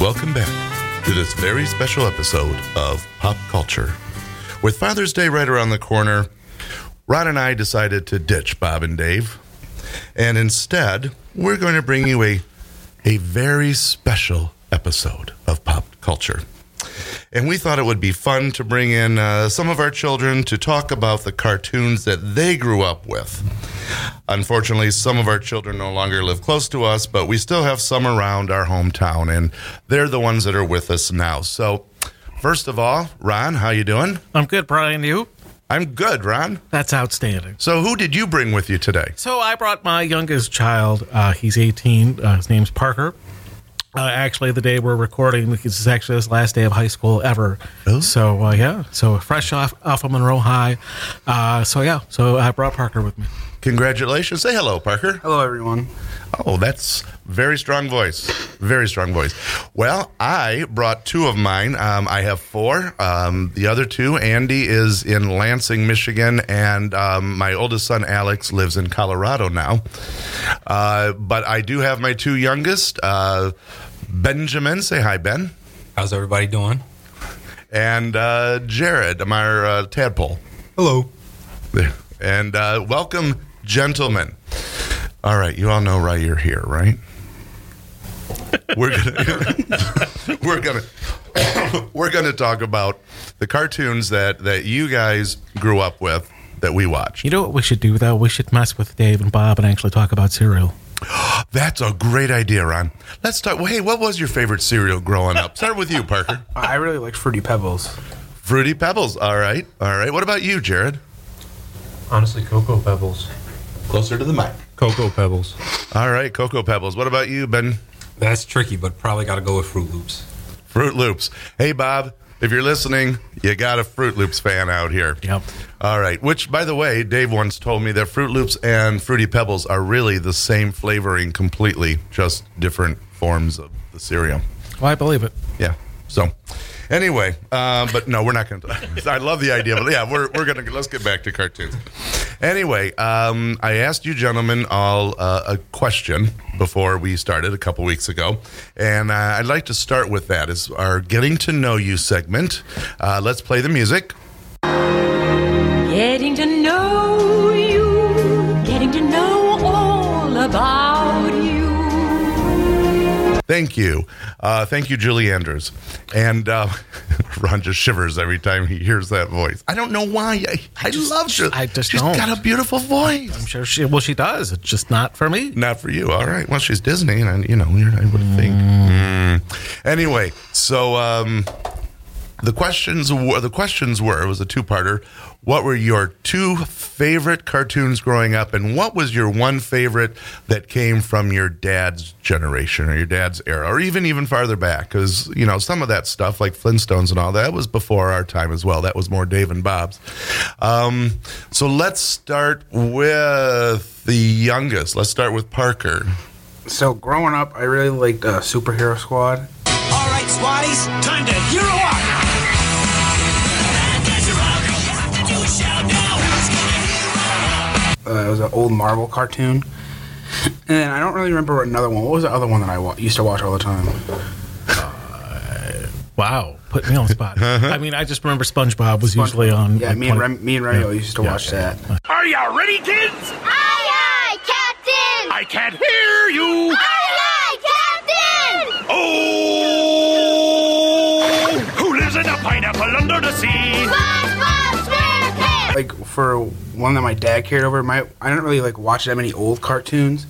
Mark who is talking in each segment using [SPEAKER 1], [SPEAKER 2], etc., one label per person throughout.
[SPEAKER 1] Welcome back to this very special episode of Pop Culture. With Father's Day right around the corner, Ron and I decided to ditch Bob and Dave. And instead, we're going to bring you a, a very special episode of Pop Culture. And we thought it would be fun to bring in uh, some of our children to talk about the cartoons that they grew up with. Unfortunately, some of our children no longer live close to us, but we still have some around our hometown, and they're the ones that are with us now. So, first of all, Ron, how you doing?
[SPEAKER 2] I'm good, Brian. You?
[SPEAKER 1] I'm good, Ron.
[SPEAKER 2] That's outstanding.
[SPEAKER 1] So, who did you bring with you today?
[SPEAKER 2] So I brought my youngest child. Uh, he's 18. Uh, his name's Parker. Uh, actually, the day we're recording, this is actually his last day of high school ever.
[SPEAKER 1] Oh.
[SPEAKER 2] So uh, yeah, so fresh off off of Monroe High. Uh, so yeah, so I brought Parker with me.
[SPEAKER 1] Congratulations. Say hello, Parker.
[SPEAKER 3] Hello, everyone.
[SPEAKER 1] Oh, that's very strong voice. Very strong voice. Well, I brought two of mine. Um, I have four. Um, the other two, Andy is in Lansing, Michigan, and um, my oldest son, Alex, lives in Colorado now. Uh, but I do have my two youngest, uh, Benjamin. Say hi, Ben.
[SPEAKER 3] How's everybody doing?
[SPEAKER 1] And uh, Jared, my uh, tadpole.
[SPEAKER 3] Hello.
[SPEAKER 1] There. And uh, welcome, gentlemen. All right, you all know why you're here, right? We're gonna we're gonna we're gonna talk about the cartoons that that you guys grew up with that we watched.
[SPEAKER 2] You know what we should do though? We should mess with Dave and Bob and actually talk about cereal.
[SPEAKER 1] That's a great idea, Ron. Let's talk. Well, hey, what was your favorite cereal growing up? Start with you, Parker.
[SPEAKER 3] I really like Fruity Pebbles.
[SPEAKER 1] Fruity Pebbles. All right, all right. What about you, Jared?
[SPEAKER 4] Honestly, Cocoa Pebbles.
[SPEAKER 5] Closer to the mic.
[SPEAKER 4] Cocoa Pebbles.
[SPEAKER 1] All right, Cocoa Pebbles. What about you, Ben?
[SPEAKER 3] That's tricky, but probably got to go with Fruit Loops.
[SPEAKER 1] Fruit Loops. Hey, Bob, if you're listening, you got a Fruit Loops fan out here.
[SPEAKER 2] Yep.
[SPEAKER 1] All right. Which, by the way, Dave once told me that Fruit Loops and Fruity Pebbles are really the same flavoring completely, just different forms of the cereal.
[SPEAKER 2] Well, Oh, I believe it.
[SPEAKER 1] Yeah. So, anyway, uh, but no, we're not going to. I love the idea, but yeah, we're, we're going to. Let's get back to cartoons. Anyway, um, I asked you gentlemen all uh, a question before we started a couple weeks ago, and uh, I'd like to start with that is our getting to know you segment. Uh, let's play the music.
[SPEAKER 6] Getting to know you, getting to know all about you.
[SPEAKER 1] Thank you. Uh, thank you, Julie Andrews. And uh, Ron just shivers every time he hears that voice. I don't know why. I, I, love Julie.
[SPEAKER 2] I just
[SPEAKER 1] She's
[SPEAKER 2] don't.
[SPEAKER 1] got a beautiful voice.
[SPEAKER 2] I'm sure she. Well, she does. It's just not for me.
[SPEAKER 1] Not for you. All right. Well, she's Disney, and I, you know, I would think. Mm. Anyway, so um, the questions were, the questions were it was a two parter. What were your two favorite cartoons growing up, and what was your one favorite that came from your dad's generation or your dad's era, or even even farther back? Because you know some of that stuff, like Flintstones and all that, was before our time as well. That was more Dave and Bob's. Um, so let's start with the youngest. Let's start with Parker.
[SPEAKER 3] So, growing up, I really liked uh, Superhero Squad.
[SPEAKER 7] All right, Swatties, time to hero up.
[SPEAKER 3] Uh, it was an old Marvel cartoon. And I don't really remember another one. What was the other one that I wa- used to watch all the time?
[SPEAKER 2] Um, Wow, put me on the spot. I mean, I just remember SpongeBob was usually on.
[SPEAKER 3] Yeah,
[SPEAKER 2] like,
[SPEAKER 3] me and
[SPEAKER 2] 20
[SPEAKER 3] Rem- me and Remy used to
[SPEAKER 2] Yeah,
[SPEAKER 3] watch
[SPEAKER 2] yeah.
[SPEAKER 3] that.
[SPEAKER 7] Are y'all ready, kids?
[SPEAKER 8] Aye, aye, Captain!
[SPEAKER 7] I can't hear you.
[SPEAKER 8] Aye, aye, Captain!
[SPEAKER 7] Oh! Who lives in a pineapple under the sea?
[SPEAKER 8] SpongeBob SquarePants!
[SPEAKER 3] Like for one that my dad carried over, my I didn't really like watch that many old cartoons.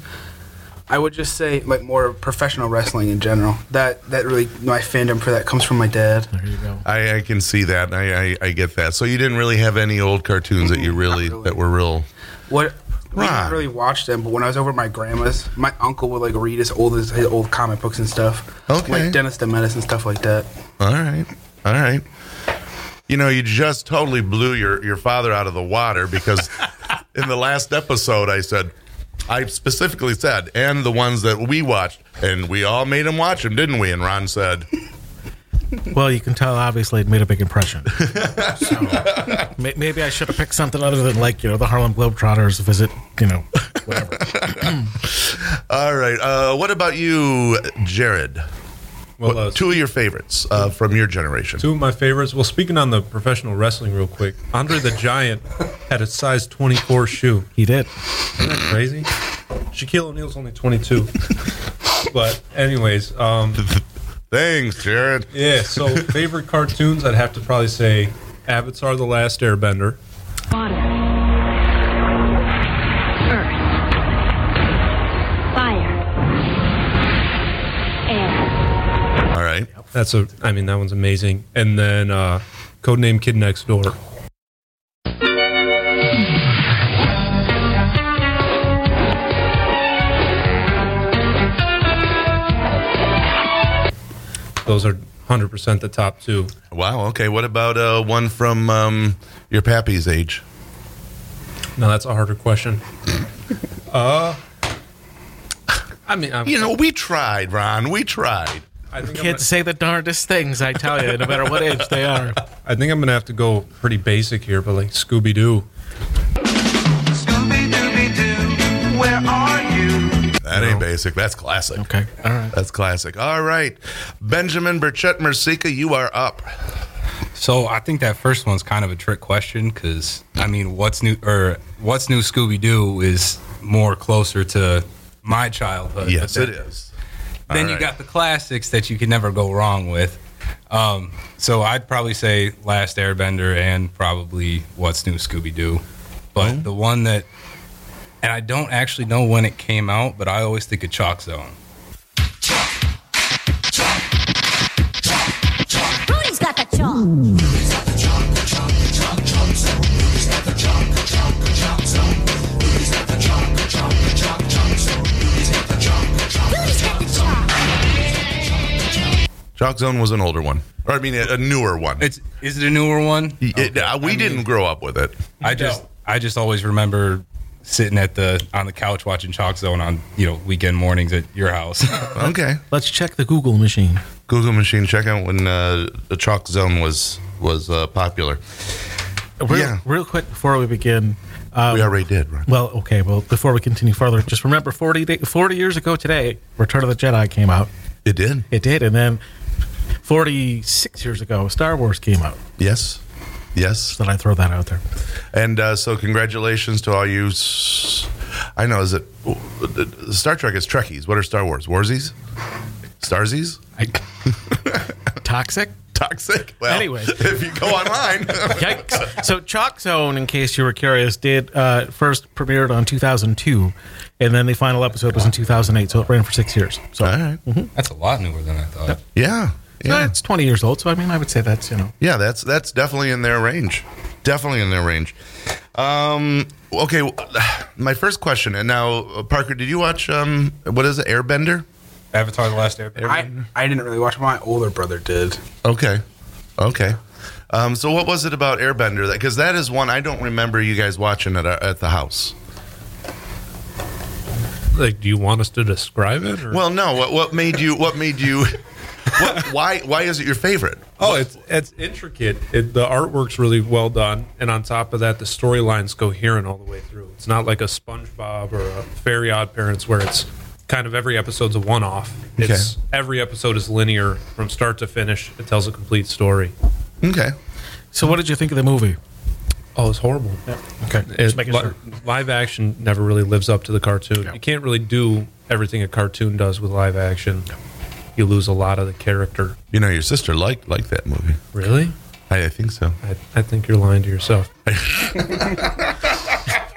[SPEAKER 3] I would just say like more professional wrestling in general. That that really my fandom for that comes from my dad.
[SPEAKER 2] There you go.
[SPEAKER 1] I, I can see that. I, I, I get that. So you didn't really have any old cartoons that you really,
[SPEAKER 3] really.
[SPEAKER 1] that were real.
[SPEAKER 3] What we
[SPEAKER 1] Right.
[SPEAKER 3] didn't really watch them, but when I was over at my grandma's, my uncle would like read his old his, his old comic books and stuff.
[SPEAKER 1] Okay.
[SPEAKER 3] Like Dennis the Menace and stuff like that.
[SPEAKER 1] All right, all right. You know, you just totally blew your your father out of the water because in the last episode I said. I specifically said, and the ones that we watched, and we all made him watch them, didn't we? And Ron said,
[SPEAKER 2] Well, you can tell obviously it made a big impression. So, may- maybe I should have picked something other than like you know the Harlem Globetrotters visit. You know,
[SPEAKER 1] "All right, uh, what about you, Jared?" What,
[SPEAKER 4] Well, uh,
[SPEAKER 1] two of your favorites uh, from your generation.
[SPEAKER 4] Two of my favorites. Well, speaking on the professional wrestling, real quick, Andre the Giant had a size 24 shoe.
[SPEAKER 2] He did.
[SPEAKER 4] Isn't that crazy? Shaquille O'Neal's only 22. but, anyways, um,
[SPEAKER 1] Thanks, Jared.
[SPEAKER 4] yeah, so favorite cartoons, I'd have to probably say Avatar The Last Airbender.
[SPEAKER 6] Water. Earth. Fire. Air.
[SPEAKER 1] All right.
[SPEAKER 4] That's a, I mean, that one's amazing. And then uh, Codename Kid Next Door. Those are 100% the top two.
[SPEAKER 1] Wow. Okay. What about uh, one from um, your pappy's age?
[SPEAKER 4] Now that's a harder question. Uh, I mean, I'm,
[SPEAKER 1] You know, we tried, Ron. We tried.
[SPEAKER 4] I think I'm
[SPEAKER 2] Kids say the darndest things, I tell you, no matter what age they are.
[SPEAKER 4] gonna- I think I'm gonna have to go pretty basic here, but like Scooby Doo.
[SPEAKER 5] Scooby Dooby Doo, where are you?
[SPEAKER 1] That ain't basic. That's classic.
[SPEAKER 2] Okay. All right.
[SPEAKER 1] That's classic. All right. Benjamin Burchett Mersica, you are up.
[SPEAKER 9] So I think that first one's kind of a trick question because I mean, what's new or what's new Scooby Doo is more closer to my childhood.
[SPEAKER 1] Yes,
[SPEAKER 9] But
[SPEAKER 1] it
[SPEAKER 9] then-
[SPEAKER 1] is. All
[SPEAKER 9] Then you
[SPEAKER 1] right.
[SPEAKER 9] got the classics that you can never go wrong with. Um, so I'd probably say Last Airbender and probably What's New Scooby Doo. But the one that, and I don't actually know when it came out, but I always think of Chalk Zone.
[SPEAKER 8] Rudy's got the chalk.
[SPEAKER 1] Chalk Zone was an older one, or I mean, a, a newer one.
[SPEAKER 9] It's is it a newer one?
[SPEAKER 1] It- uh, we didn't grow up with it.
[SPEAKER 9] I just I just always remember sitting at the on the couch watching Chalk Zone on you know weekend mornings at your house.
[SPEAKER 1] Okay.
[SPEAKER 2] Let's check the Google machine.
[SPEAKER 1] Google machine check out when uh, the Chalk Zone was was uh, popular.
[SPEAKER 2] Real,
[SPEAKER 1] Yeah.
[SPEAKER 2] real quick before we begin. Um,
[SPEAKER 1] We already did, Ron.
[SPEAKER 2] Well, okay. Well, before we continue further, just remember 40, day, 40 years ago today, Return of the Jedi came out.
[SPEAKER 1] It did.
[SPEAKER 2] It did. And then 46 years ago, Star Wars came out.
[SPEAKER 1] Yes. Yes.
[SPEAKER 2] That I throw that out there.
[SPEAKER 1] And uh, so, congratulations to all you. s- I know, is it Star Trek is Trekkies? What are Star Wars? Warsies? Starsies?
[SPEAKER 2] Toxic?
[SPEAKER 1] Toxic? Well,
[SPEAKER 2] Anyways.
[SPEAKER 1] if you go online,
[SPEAKER 2] Yikes. so Chalk Zone, in case you were curious, did uh, first premiered on 2002, and then the final episode was in 2008. So it ran for six years. So
[SPEAKER 1] all right, Mm-hmm.
[SPEAKER 9] That's a lot newer than I thought.
[SPEAKER 1] yeah,
[SPEAKER 2] Uh,
[SPEAKER 1] yeah,
[SPEAKER 2] it's 20 years old. So I mean, I would say that's you know
[SPEAKER 1] yeah. That's that's definitely in their range. Definitely in their range. Um, okay, w- my first question, and now uh, Parker, did you watch um, what is it, Airbender?
[SPEAKER 9] Avatar: The Last Airbender.
[SPEAKER 3] I, I didn't really watch. My older brother did.
[SPEAKER 1] Okay. Okay. Um, so what was it about Airbender? That Because that is one I don't remember you guys watching at, our, at the house.
[SPEAKER 4] Like, do you want us to describe it? Or?
[SPEAKER 1] Well, no. What, what made you? What made you? What, why? Why is it your favorite?
[SPEAKER 4] Oh, it's it's intricate. It, the artwork's really well done, and on top of that, the storyline's coherent all the way through. It's not like a SpongeBob or a Fairy Odd Parents where it's kind of every episode's a one-off. It's every episode is linear from start to finish. It tells a complete story.
[SPEAKER 1] Okay.
[SPEAKER 2] So what did you think of the movie?
[SPEAKER 4] Oh, it's horrible.
[SPEAKER 2] Okay,
[SPEAKER 4] It,
[SPEAKER 2] just making
[SPEAKER 4] li-
[SPEAKER 2] sure.
[SPEAKER 4] Live action never really lives up to the cartoon. You can't really do everything a cartoon does with live action. You lose a lot of the character.
[SPEAKER 1] You know, your sister liked liked that movie.
[SPEAKER 4] Really?
[SPEAKER 1] I, I think so.
[SPEAKER 4] I, I think you're lying to yourself.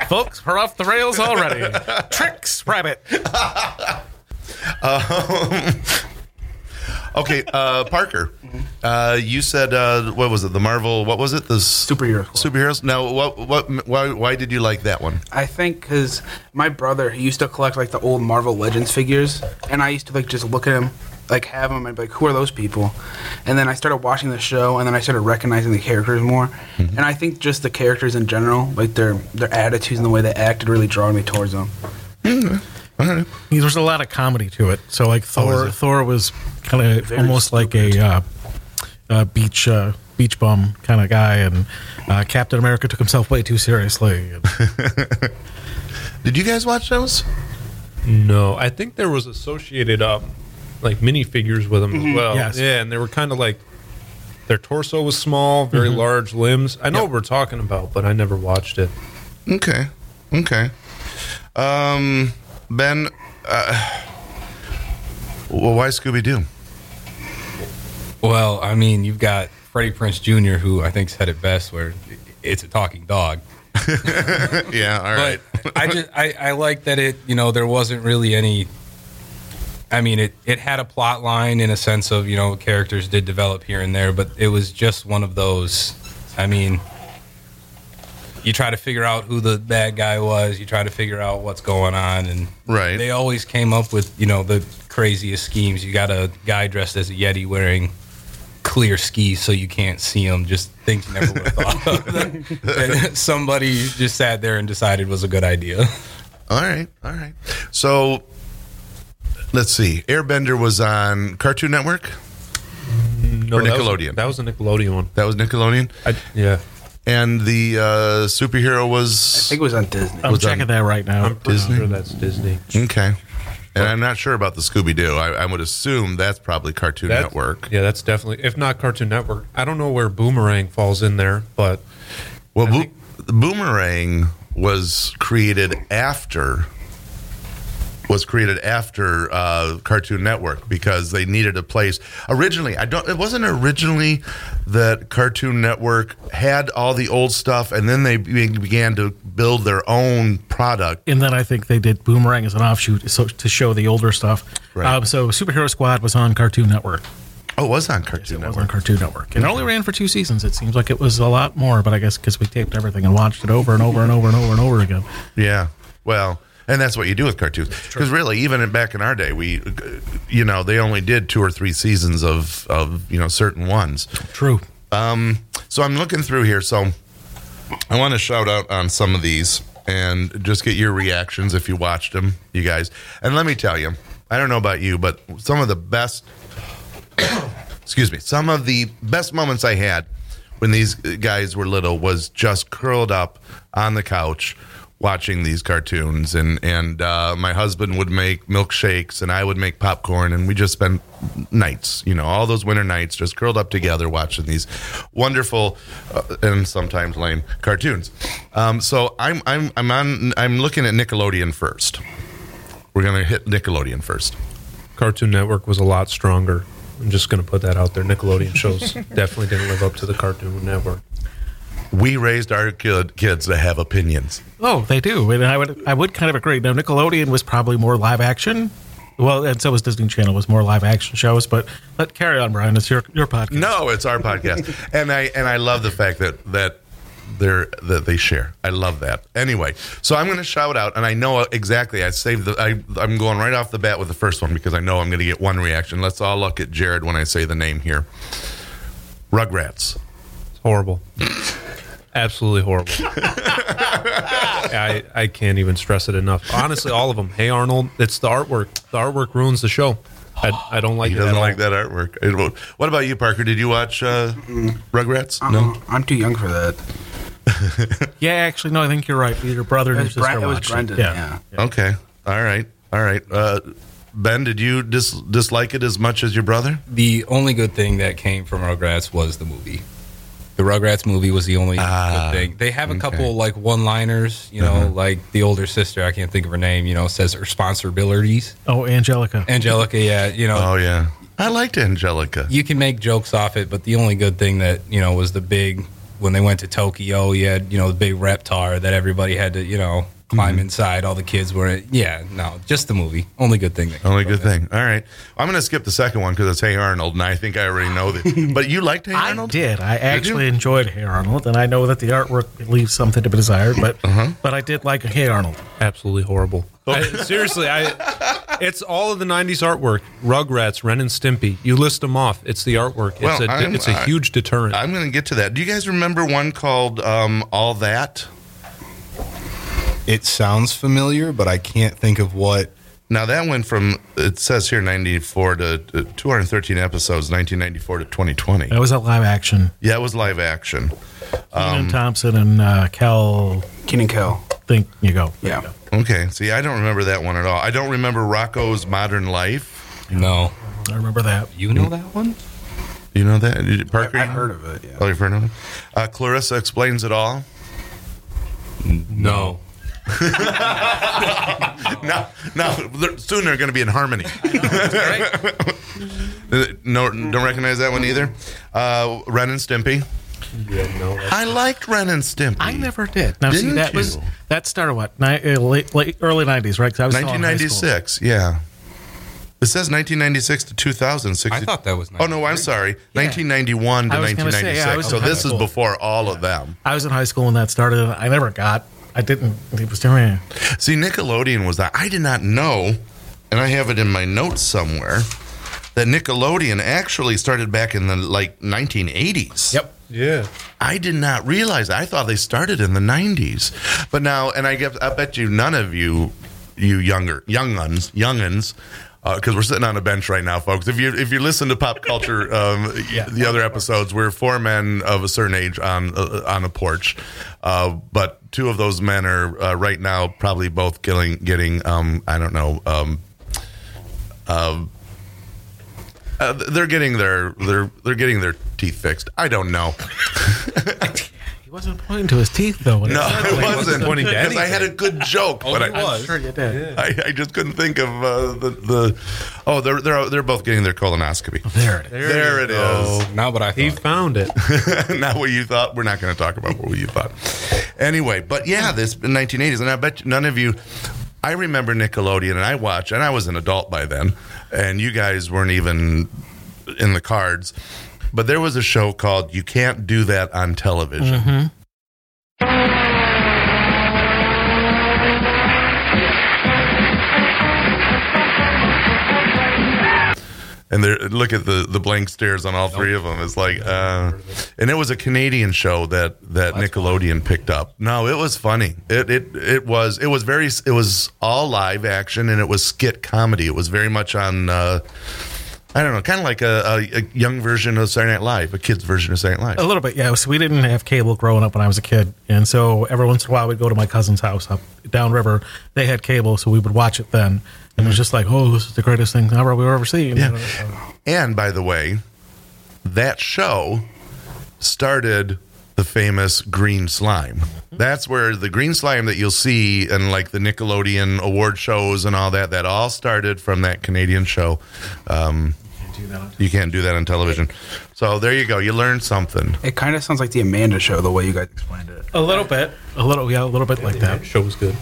[SPEAKER 2] folks, we're off the rails already. Tricks, rabbit.
[SPEAKER 1] Okay, uh, Parker, uh, you said uh, what was it? The Marvel? What was it? The s-
[SPEAKER 3] Superhero Club.
[SPEAKER 1] superheroes. Now, what? What? Why? Why did you like that one?
[SPEAKER 3] I think because my brother he used to collect like the old Marvel Legends figures, and I used to like just look at him, like have him, and be like, "Who are those people?" And then I started watching the show, and then I started recognizing the characters more. And I think just the characters in general, like their their attitudes and the way they acted, really drawing me towards them.
[SPEAKER 2] There was a lot of comedy to it. So like Thor,
[SPEAKER 1] it?
[SPEAKER 2] Thor was kind of
[SPEAKER 3] Very
[SPEAKER 2] almost like a uh, uh, beach uh, beach bum kind of guy, and uh, Captain America took himself way too seriously. And-
[SPEAKER 1] Did you guys watch those?
[SPEAKER 4] No, I think there was associated um, like minifigures with them
[SPEAKER 1] Mm-hmm.
[SPEAKER 4] as well.
[SPEAKER 2] Yes.
[SPEAKER 4] Yeah, and they were kind of like their torso was small, very
[SPEAKER 1] Mm-hmm.
[SPEAKER 4] large limbs. I know what we're talking about, but I never watched it.
[SPEAKER 1] Okay. Okay. Um, ben, uh, well, why Scooby Doo?
[SPEAKER 9] Well, I mean, you've got Freddie Prince Jr., who I think said it best, where it's a talking dog.
[SPEAKER 1] Yeah. All right.
[SPEAKER 9] But I just I, I like that it you know there wasn't really any. I mean it it had a plot line in a sense of you know characters did develop here and there, but it was just one of those. I mean, you try to figure out who the bad guy was. You try to figure out what's going on, and
[SPEAKER 1] Right.
[SPEAKER 9] they always came up with you know the craziest schemes. You got a guy dressed as a yeti wearing clear skis so you can't see them. Just things you never would have thought of. that somebody just sat there and decided was a good idea.
[SPEAKER 1] All right. All right. So let's see. Airbender was on Cartoon Network.
[SPEAKER 4] No,
[SPEAKER 1] Or
[SPEAKER 4] that was-
[SPEAKER 1] Nickelodeon.
[SPEAKER 4] That was, a Nickelodeon one.
[SPEAKER 1] That was Nickelodeon.
[SPEAKER 4] I, yeah,
[SPEAKER 1] And the uh, superhero
[SPEAKER 3] I
[SPEAKER 1] was.
[SPEAKER 3] think it was on Disney.
[SPEAKER 2] I'm
[SPEAKER 1] Was that-
[SPEAKER 2] checking that right now.
[SPEAKER 4] I'm pretty
[SPEAKER 1] Disney?
[SPEAKER 4] sure that's Disney.
[SPEAKER 1] Okay. And I'm not sure about the Scooby Doo. I, I would assume that's probably Cartoon
[SPEAKER 4] That-
[SPEAKER 1] Network.
[SPEAKER 4] Yeah, that's definitely if not Cartoon Network. I don't know where Boomerang falls in there, but
[SPEAKER 1] Well, bo-
[SPEAKER 4] think-
[SPEAKER 1] the Boomerang was created after was created after uh, Cartoon Network because they needed a place. Originally, I don't. It wasn't originally that Cartoon Network had all the old stuff, and then they be- began to build their own product.
[SPEAKER 2] and then I think they did Boomerang as an offshoot so, to show the older stuff.
[SPEAKER 1] Right.
[SPEAKER 2] Um, so Superhero Squad was on Cartoon Network.
[SPEAKER 1] Oh, it was on Cartoon
[SPEAKER 2] It was on
[SPEAKER 1] Network.
[SPEAKER 2] Cartoon Network. And it only ran for two seasons. It seems like it was a lot more, but I guess because we taped everything and watched it over and over and over and over and over again.
[SPEAKER 1] Yeah. Well, and that's what you do with cartoons. Because really, even in, back in our day, we, uh, you know, they only did two or three seasons of of you know certain ones.
[SPEAKER 2] True.
[SPEAKER 1] So I'm looking through here. So I want to shout out on some of these and just get your reactions if you watched them, you guys. And let me tell you, I don't know about you, but some of the best, excuse me, some of the best moments I had when these guys were little was just curled up on the couch watching these cartoons and and uh, my husband would make milkshakes and I would make popcorn and we just spent nights you know all those winter nights just curled up together watching these wonderful uh, and sometimes lame cartoons um, so I'm I'm I'm on I'm looking at Nickelodeon first we're gonna hit Nickelodeon first
[SPEAKER 4] Cartoon Network was a lot stronger. I'm just going to put that out there. Nickelodeon shows definitely didn't live up to the Cartoon Network.
[SPEAKER 1] we raised our kid, kids to have opinions
[SPEAKER 2] Oh, they do, and I would I would kind of agree. Now Nickelodeon was probably more live action. Well, and so was Disney Channel was more live action shows. But let carry on, Brian. It's your your podcast.
[SPEAKER 1] No, it's our podcast, and I and I love the fact that that they're that they share. I love that. Anyway, so I'm going to shout out, and I know exactly. I saved the. I, I'm going right off the bat with the first one because I know I'm going to get one reaction. Let's all look at Jared when I say the name here. Rugrats.
[SPEAKER 4] It's horrible. Absolutely horrible. I, I can't even stress it enough. Honestly, all of them. Hey Arnold, it's the artwork. The artwork ruins the show. I, I don't like
[SPEAKER 1] He
[SPEAKER 4] it. at
[SPEAKER 1] doesn't
[SPEAKER 4] all.
[SPEAKER 1] like that artwork. It won't- What about you, Parker? Did you watch uh, Rugrats?
[SPEAKER 3] No, Uh-huh. I'm too young for that.
[SPEAKER 2] yeah, actually, no. I think you're right. Your brother and
[SPEAKER 3] It
[SPEAKER 2] your
[SPEAKER 3] was,
[SPEAKER 2] sister
[SPEAKER 3] Bren- it was
[SPEAKER 2] watched
[SPEAKER 3] Brendan.
[SPEAKER 2] it.
[SPEAKER 3] Yeah.
[SPEAKER 1] Okay. All right. All right. Uh, ben, did you dis- dislike it as much as your brother?
[SPEAKER 9] The only good thing that came from Rugrats was the movie. The Rugrats movie was the only good thing. They have a couple like one-liners, you know, like the older sister, I can't think of her name, you know, says responsibilities.
[SPEAKER 2] Oh, Angelica.
[SPEAKER 9] Angelica, yeah, you know,
[SPEAKER 1] Oh yeah. I liked Angelica.
[SPEAKER 9] you can make jokes off it, but the only good thing that you know was the big when they went to Tokyo. You had you know the big reptar that everybody had to you know climb inside. All the kids were yeah no just the movie. Only good thing. That came
[SPEAKER 1] Only
[SPEAKER 9] from
[SPEAKER 1] good
[SPEAKER 9] it.
[SPEAKER 1] thing. All right. I'm going to skip the second one because it's Hey Arnold, and I think I already know that. But you liked Hey
[SPEAKER 2] I
[SPEAKER 1] Arnold?
[SPEAKER 2] did. I
[SPEAKER 1] you?
[SPEAKER 2] actually enjoyed Hey Arnold, and I know that the artwork leaves something to be desired, but
[SPEAKER 1] Uh-huh.
[SPEAKER 2] but I did like Hey Arnold.
[SPEAKER 4] Absolutely horrible. I- seriously, I it's all of the '90s artwork. Rugrats, Ren and Stimpy. You list them off. It's the artwork. It's
[SPEAKER 1] Well,
[SPEAKER 4] a
[SPEAKER 1] I'm-
[SPEAKER 4] it's a
[SPEAKER 1] I-
[SPEAKER 4] huge deterrent.
[SPEAKER 1] I'm going to get to that. Do you guys remember one called um, All That?
[SPEAKER 9] It sounds familiar, but I can't think of what.
[SPEAKER 1] Now, that went from, it says here, 94 to uh, 213 episodes, 1994 to 2020.
[SPEAKER 2] It was a live action.
[SPEAKER 1] Yeah, it was live action. Um,
[SPEAKER 2] Keenan Thompson and uh, Cal.
[SPEAKER 3] Keenan Kel.
[SPEAKER 2] Think you go.
[SPEAKER 3] Yeah.
[SPEAKER 1] Okay. See, I don't remember that one at all. I don't remember Rocco's Modern Life.
[SPEAKER 9] No,
[SPEAKER 2] I remember that.
[SPEAKER 9] you know that one.
[SPEAKER 1] You know that? Did- Parker?
[SPEAKER 3] I've heard of it. Yeah.
[SPEAKER 1] Oh, you've heard of it? Uh, Clarissa explains it all.
[SPEAKER 9] No,
[SPEAKER 1] No, no. they're- Soon they're going to be in harmony. no, don't recognize that one either. Uh, Ren and Stimpy.
[SPEAKER 4] Yeah, no. that's-
[SPEAKER 1] I liked Ren and Stimpy.
[SPEAKER 2] I never did. Now, see,
[SPEAKER 1] Didn't
[SPEAKER 2] that was
[SPEAKER 1] you?
[SPEAKER 2] that started what ni- uh, late, late early nineties, right? 'Cause I was still in high school.
[SPEAKER 1] 1996. Yeah. It says 1996 to 2006.
[SPEAKER 9] I thought that was.
[SPEAKER 1] Oh no, I'm sorry. 1991 to
[SPEAKER 2] I was gonna say,
[SPEAKER 1] 1996.
[SPEAKER 2] yeah, I was
[SPEAKER 1] so
[SPEAKER 2] in high
[SPEAKER 1] this is
[SPEAKER 2] school.
[SPEAKER 1] before all of them.
[SPEAKER 2] I was in high school when that started. and I never got. I didn't. It was doing. it.
[SPEAKER 1] See, Nickelodeon was that. I did not know, and I have it in my notes somewhere, that Nickelodeon actually started back in the like 1980s.
[SPEAKER 2] Yep.
[SPEAKER 4] Yeah.
[SPEAKER 1] I did not realize. I thought they started in the '90s, but now, and I guess I bet you none of you, you younger younguns, younguns, because uh, we're sitting on a bench right now, folks. If you if you listen to pop culture, um, the other episodes, we're four men of a certain age on uh, on a porch, uh, but two of those men are uh, right now probably both getting getting um, I don't know. Um, uh, they're getting their they're they're getting their teeth fixed. I don't know.
[SPEAKER 2] He wasn't pointing to his teeth though. when he
[SPEAKER 1] No,
[SPEAKER 2] said
[SPEAKER 1] it wasn't. Oh,
[SPEAKER 4] pointing to
[SPEAKER 1] Because I
[SPEAKER 4] anything.
[SPEAKER 1] had a good joke, but I,
[SPEAKER 2] that. Sure you did.
[SPEAKER 1] I, I just couldn't think of uh, the, the. Oh, they're they're they're both getting their colonoscopy.
[SPEAKER 2] Oh, There it is.
[SPEAKER 1] There, it is.
[SPEAKER 9] Now, but I
[SPEAKER 4] He
[SPEAKER 9] thought.
[SPEAKER 4] found it.
[SPEAKER 1] Not what you thought. We're not going to talk about what you thought. Anyway, but yeah, this 1980s, and I bet you none of you. I remember Nickelodeon, and I watched, and I was an adult by then, and you guys weren't even in the cards. But there was a show called "You Can't Do That on Television." And there, look at the the blank stares on all three of them. It's like, uh, and it was a Canadian show that that Nickelodeon picked up. No, it was funny. It it it was it was very it was all live action and it was skit comedy. It was very much on. Uh, I don't know, kind of like a, a, a young version of Saturday Night Live, a kid's version of Saturday Night
[SPEAKER 2] A
[SPEAKER 1] Live.
[SPEAKER 2] little bit, yeah. So we didn't have cable growing up when I was a kid, and so every once in a while we'd go to my cousin's house up downriver. They had cable, so we would watch it then. And it was just like, oh, this is the greatest thing ever we've ever seen.
[SPEAKER 1] Yeah. And by the way, that show started the famous green slime. That's where the green slime that you'll see in like the Nickelodeon award shows and all that, that all started from that Canadian show. Um, you can't do that on television. So there you go. You learned something.
[SPEAKER 3] It kind of sounds like the Amanda Show the way you guys explained it.
[SPEAKER 2] A little bit, a little, yeah, a little bit like that.
[SPEAKER 4] Show was good.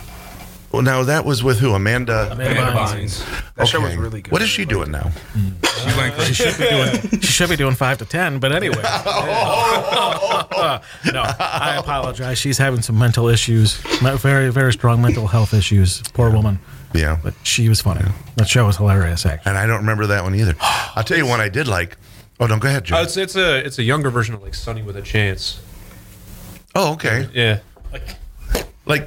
[SPEAKER 1] Well, now that was with who? Amanda.
[SPEAKER 9] Amanda
[SPEAKER 2] Amanda
[SPEAKER 9] Bynes.
[SPEAKER 3] That show was
[SPEAKER 1] Okay.
[SPEAKER 3] really good.
[SPEAKER 1] What is she doing now?
[SPEAKER 9] She went crazy.
[SPEAKER 2] She should be doing five to ten, but anyway. no, I apologize. She's having some mental issues, Me- very, very strong mental health issues. Poor woman.
[SPEAKER 1] Yeah.
[SPEAKER 2] But she was funny. That show was hilarious, actually.
[SPEAKER 1] And I don't remember that one either. I'll tell you one I did like. Oh, don't go ahead,
[SPEAKER 4] Uh,
[SPEAKER 1] Joe.
[SPEAKER 4] it's, it's a it's a younger version of like Sunny with a Chance.
[SPEAKER 1] Oh, okay.
[SPEAKER 4] Yeah.
[SPEAKER 1] Like,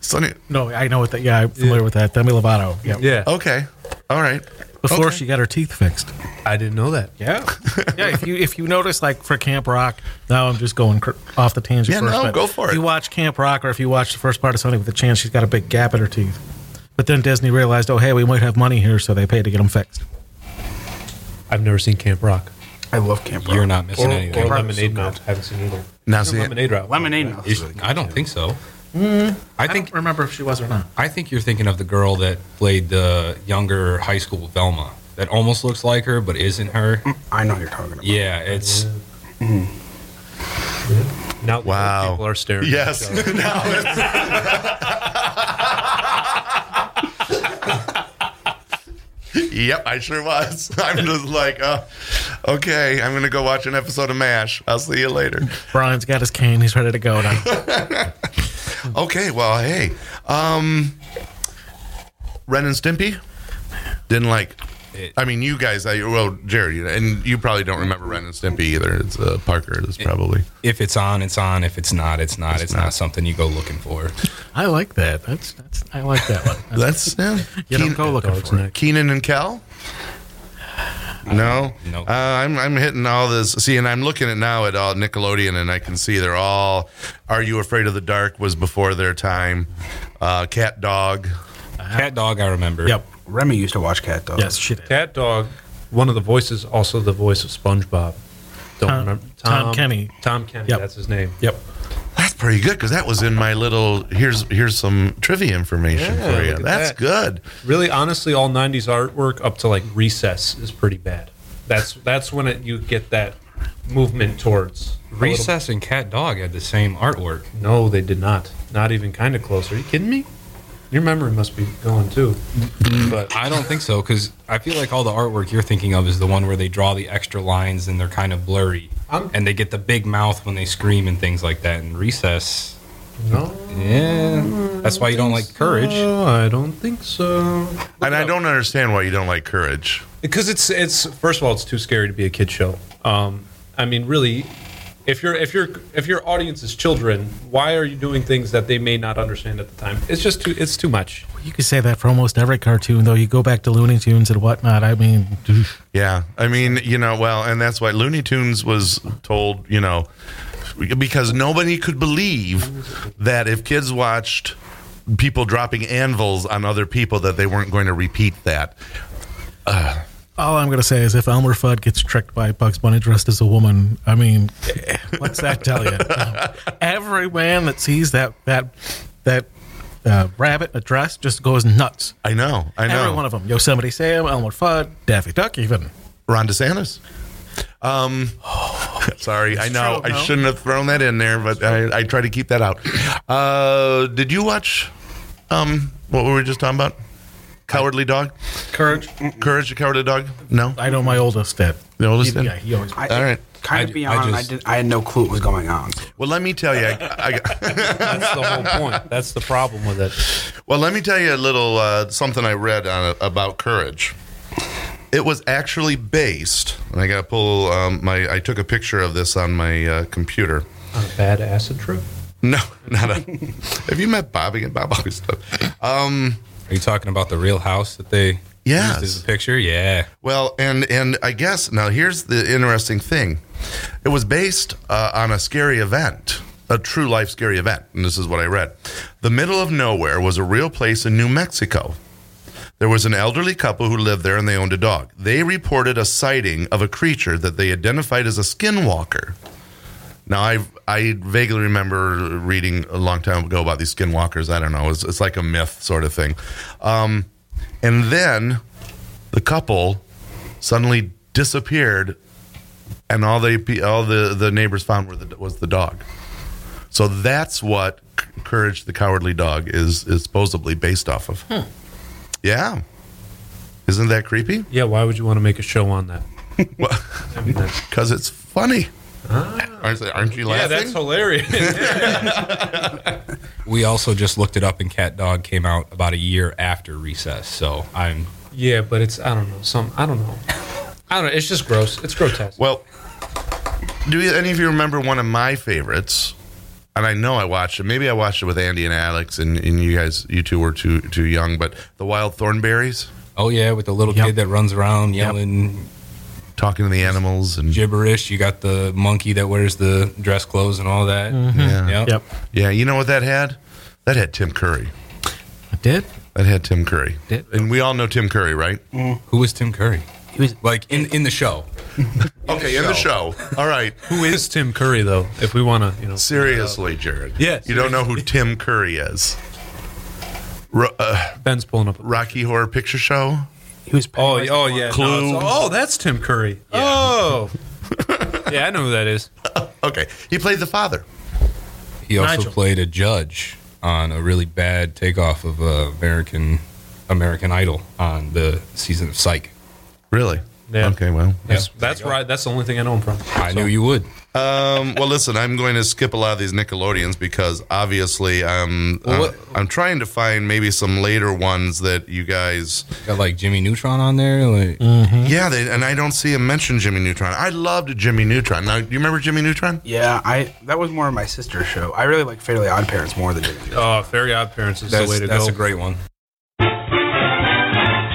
[SPEAKER 1] Sunny.
[SPEAKER 2] No, I know what that. Yeah, I'm familiar with that. Demi Lovato. Yeah.
[SPEAKER 4] Yeah.
[SPEAKER 1] Okay. All right.
[SPEAKER 2] Before
[SPEAKER 1] okay.
[SPEAKER 2] she got her teeth fixed.
[SPEAKER 4] I didn't know that.
[SPEAKER 2] Yeah. yeah. If you if you notice, like for Camp Rock, now I'm just going cr- off the tangent.
[SPEAKER 1] Yeah,
[SPEAKER 2] first,
[SPEAKER 1] no,
[SPEAKER 2] but
[SPEAKER 1] go for
[SPEAKER 2] If
[SPEAKER 1] it.
[SPEAKER 2] you watch Camp Rock, or if you watch the first part of Sunny with a Chance, she's got a big gap in her teeth. But then Disney realized, oh hey, we might have money here, so they paid to get them fixed.
[SPEAKER 4] I've never seen Camp Rock.
[SPEAKER 3] I love Camp Rock.
[SPEAKER 9] You're not missing
[SPEAKER 4] Or,
[SPEAKER 9] anything.
[SPEAKER 4] or
[SPEAKER 3] Rock is
[SPEAKER 4] Lemonade
[SPEAKER 3] so
[SPEAKER 4] Mouth. I haven't seen either.
[SPEAKER 1] Now,
[SPEAKER 4] Or
[SPEAKER 1] see,
[SPEAKER 4] Lemonade Mouth.
[SPEAKER 3] Lemonade Mouth. is
[SPEAKER 9] You-
[SPEAKER 3] really good.
[SPEAKER 9] I don't think so. I
[SPEAKER 2] I
[SPEAKER 9] think
[SPEAKER 2] don't remember if she was or not.
[SPEAKER 9] I think you're thinking of the girl that played the younger high school Velma that almost looks like her but isn't her.
[SPEAKER 3] I know what you're talking about.
[SPEAKER 9] Yeah, it's
[SPEAKER 4] Mm-hmm. Now
[SPEAKER 1] Wow.
[SPEAKER 4] people are staring. at
[SPEAKER 1] yes.
[SPEAKER 4] each other.
[SPEAKER 1] yep, I sure was. I'm just like, uh, okay, I'm going to go watch an episode of MASH. I'll see you later.
[SPEAKER 2] Brian's got his cane. He's ready to go now.
[SPEAKER 1] Okay, well, hey. Um, Ren and Stimpy? Didn't like.
[SPEAKER 9] It-
[SPEAKER 1] I mean, you guys, I, well, Jared, and you probably don't remember Ren and Stimpy either. It's uh, Parker, that's probably.
[SPEAKER 9] if it's on, it's on. If it's not, it's not. It's, not. something you go looking for.
[SPEAKER 2] I like that. That's that's. I like that one.
[SPEAKER 1] That's, yeah.
[SPEAKER 2] You don't go looking
[SPEAKER 4] Dog's
[SPEAKER 2] for it.
[SPEAKER 4] neck.
[SPEAKER 1] Keenan and Kel? No,
[SPEAKER 9] Nope.
[SPEAKER 1] Uh, I'm I'm hitting all this. See, and I'm looking at now at all Nickelodeon, and I can see they're all. Are you afraid of the dark? Was before their time. Uh, Cat dog.
[SPEAKER 9] Cat dog, I remember.
[SPEAKER 2] Yep.
[SPEAKER 3] Remy used to watch Cat Dog.
[SPEAKER 2] Yes, she did.
[SPEAKER 4] Cat Dog, one of the voices, also the voice of SpongeBob. Don't
[SPEAKER 2] Tom-
[SPEAKER 4] remember
[SPEAKER 2] Tom Kenny.
[SPEAKER 4] Tom Kenny,
[SPEAKER 2] Yep.
[SPEAKER 4] that's his name.
[SPEAKER 2] Yep.
[SPEAKER 1] That's pretty good because that was in my little. Here's here's some trivia information
[SPEAKER 4] Yeah,
[SPEAKER 1] for you.
[SPEAKER 4] look at
[SPEAKER 1] That's
[SPEAKER 4] that.
[SPEAKER 1] good.
[SPEAKER 4] Really, honestly, all '90s artwork up to like Recess is pretty bad. That's that's when it, you get that movement towards a little-
[SPEAKER 9] Recess and Cat Dog had the same artwork.
[SPEAKER 4] No, they did not. Not even kind of close. Are you kidding me? Your memory must be going too. But
[SPEAKER 9] I don't think so because I feel like all the artwork you're thinking of is the one where they draw the extra lines and they're kind of blurry,
[SPEAKER 4] I'm-
[SPEAKER 9] and they get the big mouth when they scream and things like that. And recess,
[SPEAKER 4] no,
[SPEAKER 9] yeah, that's why you don't like Courage
[SPEAKER 4] no, I don't think so.
[SPEAKER 1] And I don't understand why you don't like courage.
[SPEAKER 4] because it's it's first of all it's too scary to be a kid show um i mean really if you're if you're if your audience is children why are you doing things that they may not understand at the time it's just too it's too much
[SPEAKER 2] You could say that for almost every cartoon, though. You go back to Looney Tunes and whatnot. I mean,
[SPEAKER 1] Yeah, I mean, you know, well, and that's why Looney Tunes was told, you know, because nobody could believe that if kids watched people dropping anvils on other people, that they weren't going to repeat that.
[SPEAKER 2] all I'm going to say is if Elmer Fudd gets tricked by Bugs Bunny dressed as a woman, I mean, what's that tell you? No. Every man that sees that that that uh, rabbit address just goes nuts.
[SPEAKER 1] I know, I know.
[SPEAKER 2] Every one of them. Yosemite Sam, Elmer Fudd, Daffy Duck, even.
[SPEAKER 1] Ron DeSantis. Um, sorry, I know
[SPEAKER 2] true,
[SPEAKER 1] I
[SPEAKER 2] no?
[SPEAKER 1] shouldn't have thrown that in there, but I, I try to keep that out. Uh, did you watch? Um, what were we just talking about? Cowardly dog,
[SPEAKER 2] Courage.
[SPEAKER 1] courage, the cowardly dog. No,
[SPEAKER 2] I know my oldest did.
[SPEAKER 1] the oldest.
[SPEAKER 2] Yeah,
[SPEAKER 1] did?
[SPEAKER 2] he always.
[SPEAKER 3] I,
[SPEAKER 1] All right.
[SPEAKER 9] I-
[SPEAKER 3] Kind
[SPEAKER 9] I
[SPEAKER 3] of beyond. I,
[SPEAKER 9] just-
[SPEAKER 3] did, I had no clue what was going on.
[SPEAKER 1] Well, let me tell you. I, I,
[SPEAKER 4] that's the whole point that's the problem with it
[SPEAKER 1] well, let me tell you a little uh, something I read on about courage. It was actually based, and I got to pull um, my. I took a picture of this on my uh, computer.
[SPEAKER 4] on a bad acid trip
[SPEAKER 1] No, not a. have you met Bobby and Bob always stuff? Um,
[SPEAKER 9] Are you talking about the real house that they
[SPEAKER 1] Yes.
[SPEAKER 9] used as a picture? Yeah.
[SPEAKER 1] well, and and I guess now here's the interesting thing. It was based uh, on a scary event, a true life scary event, and this is what I read. The middle of nowhere was a real place in New Mexico. There was an elderly couple who lived there and they owned a dog. They reported a sighting of a creature that they identified as a skinwalker. Now I I vaguely remember reading a long time ago about these skinwalkers. I don't know. It's, it's like a myth sort of thing. Um, and then the couple suddenly disappeared, and all they pe- all the, the neighbors found were the, was the dog. So that's what C- Courage the Cowardly Dog is is supposedly based off of. Yeah, isn't that creepy?
[SPEAKER 4] yeah why would you want to make a show on that
[SPEAKER 1] Because
[SPEAKER 4] I mean, that's,
[SPEAKER 1] it's funny. Aren't, aren't you laughing?
[SPEAKER 4] Ah. yeah that's hilarious
[SPEAKER 9] We also just looked it up, and Cat Dog came out about a year after Recess. So I'm
[SPEAKER 4] yeah but it's i don't know some i don't know i don't know it's just gross it's grotesque
[SPEAKER 1] Well, do you- any of you remember one of my favorites? And I know I watched it. Maybe I watched it with Andy and Alex, and, and you guys, you two were too too young. But the Wild Thornberries,
[SPEAKER 9] oh yeah, with the little
[SPEAKER 2] Yep.
[SPEAKER 9] kid that runs around yelling
[SPEAKER 1] talking to the animals, and
[SPEAKER 9] gibberish. You got the monkey that wears the dress clothes and all that.
[SPEAKER 1] yeah.
[SPEAKER 9] Yep.
[SPEAKER 2] Yep.
[SPEAKER 1] yeah, you know what that had? That had Tim Curry.
[SPEAKER 2] I did.
[SPEAKER 1] That had Tim Curry.
[SPEAKER 9] Did-
[SPEAKER 1] And we all know Tim Curry, right?
[SPEAKER 9] Who was Tim Curry?
[SPEAKER 3] He was
[SPEAKER 9] Like in, in the show.
[SPEAKER 1] Okay, in the show. All right,
[SPEAKER 4] who is tim curry though if we want to you know
[SPEAKER 1] seriously, Jared.
[SPEAKER 4] Yeah,
[SPEAKER 1] you don't know who Tim Curry is. Ro- uh,
[SPEAKER 4] ben's pulling up a
[SPEAKER 1] Rocky Horror Picture Show.
[SPEAKER 3] he was.
[SPEAKER 4] Oh, y- oh yeah.
[SPEAKER 1] Clue.
[SPEAKER 4] it's- oh, that's Tim Curry. Oh. yeah, I know who that is.
[SPEAKER 1] Okay, he played the father.
[SPEAKER 9] He also
[SPEAKER 2] Nigel.
[SPEAKER 9] played a judge on a really bad takeoff of uh, American American Idol on the season of Psych.
[SPEAKER 1] Really?
[SPEAKER 4] Yeah.
[SPEAKER 1] Okay, well,
[SPEAKER 4] That's, that's where I, that's the only thing I know him from.
[SPEAKER 9] I knew you would.
[SPEAKER 1] Um, well, listen, I'm going to skip a lot of these Nickelodeons because obviously I'm uh,
[SPEAKER 9] Well, what-
[SPEAKER 1] I'm, I'm trying to find maybe some later ones that you guys.
[SPEAKER 9] Got like Jimmy Neutron on there. Like,
[SPEAKER 1] Yeah, they, and I don't see him mention Jimmy Neutron. I loved Jimmy Neutron. Now, do you remember Jimmy Neutron?
[SPEAKER 3] Yeah, I that was more of my sister's show. I really like Fairly Odd Parents more than Jimmy.
[SPEAKER 4] Oh, Fairy Odd Parents is
[SPEAKER 9] that's
[SPEAKER 4] the way to
[SPEAKER 9] that's
[SPEAKER 4] go.
[SPEAKER 9] a great one.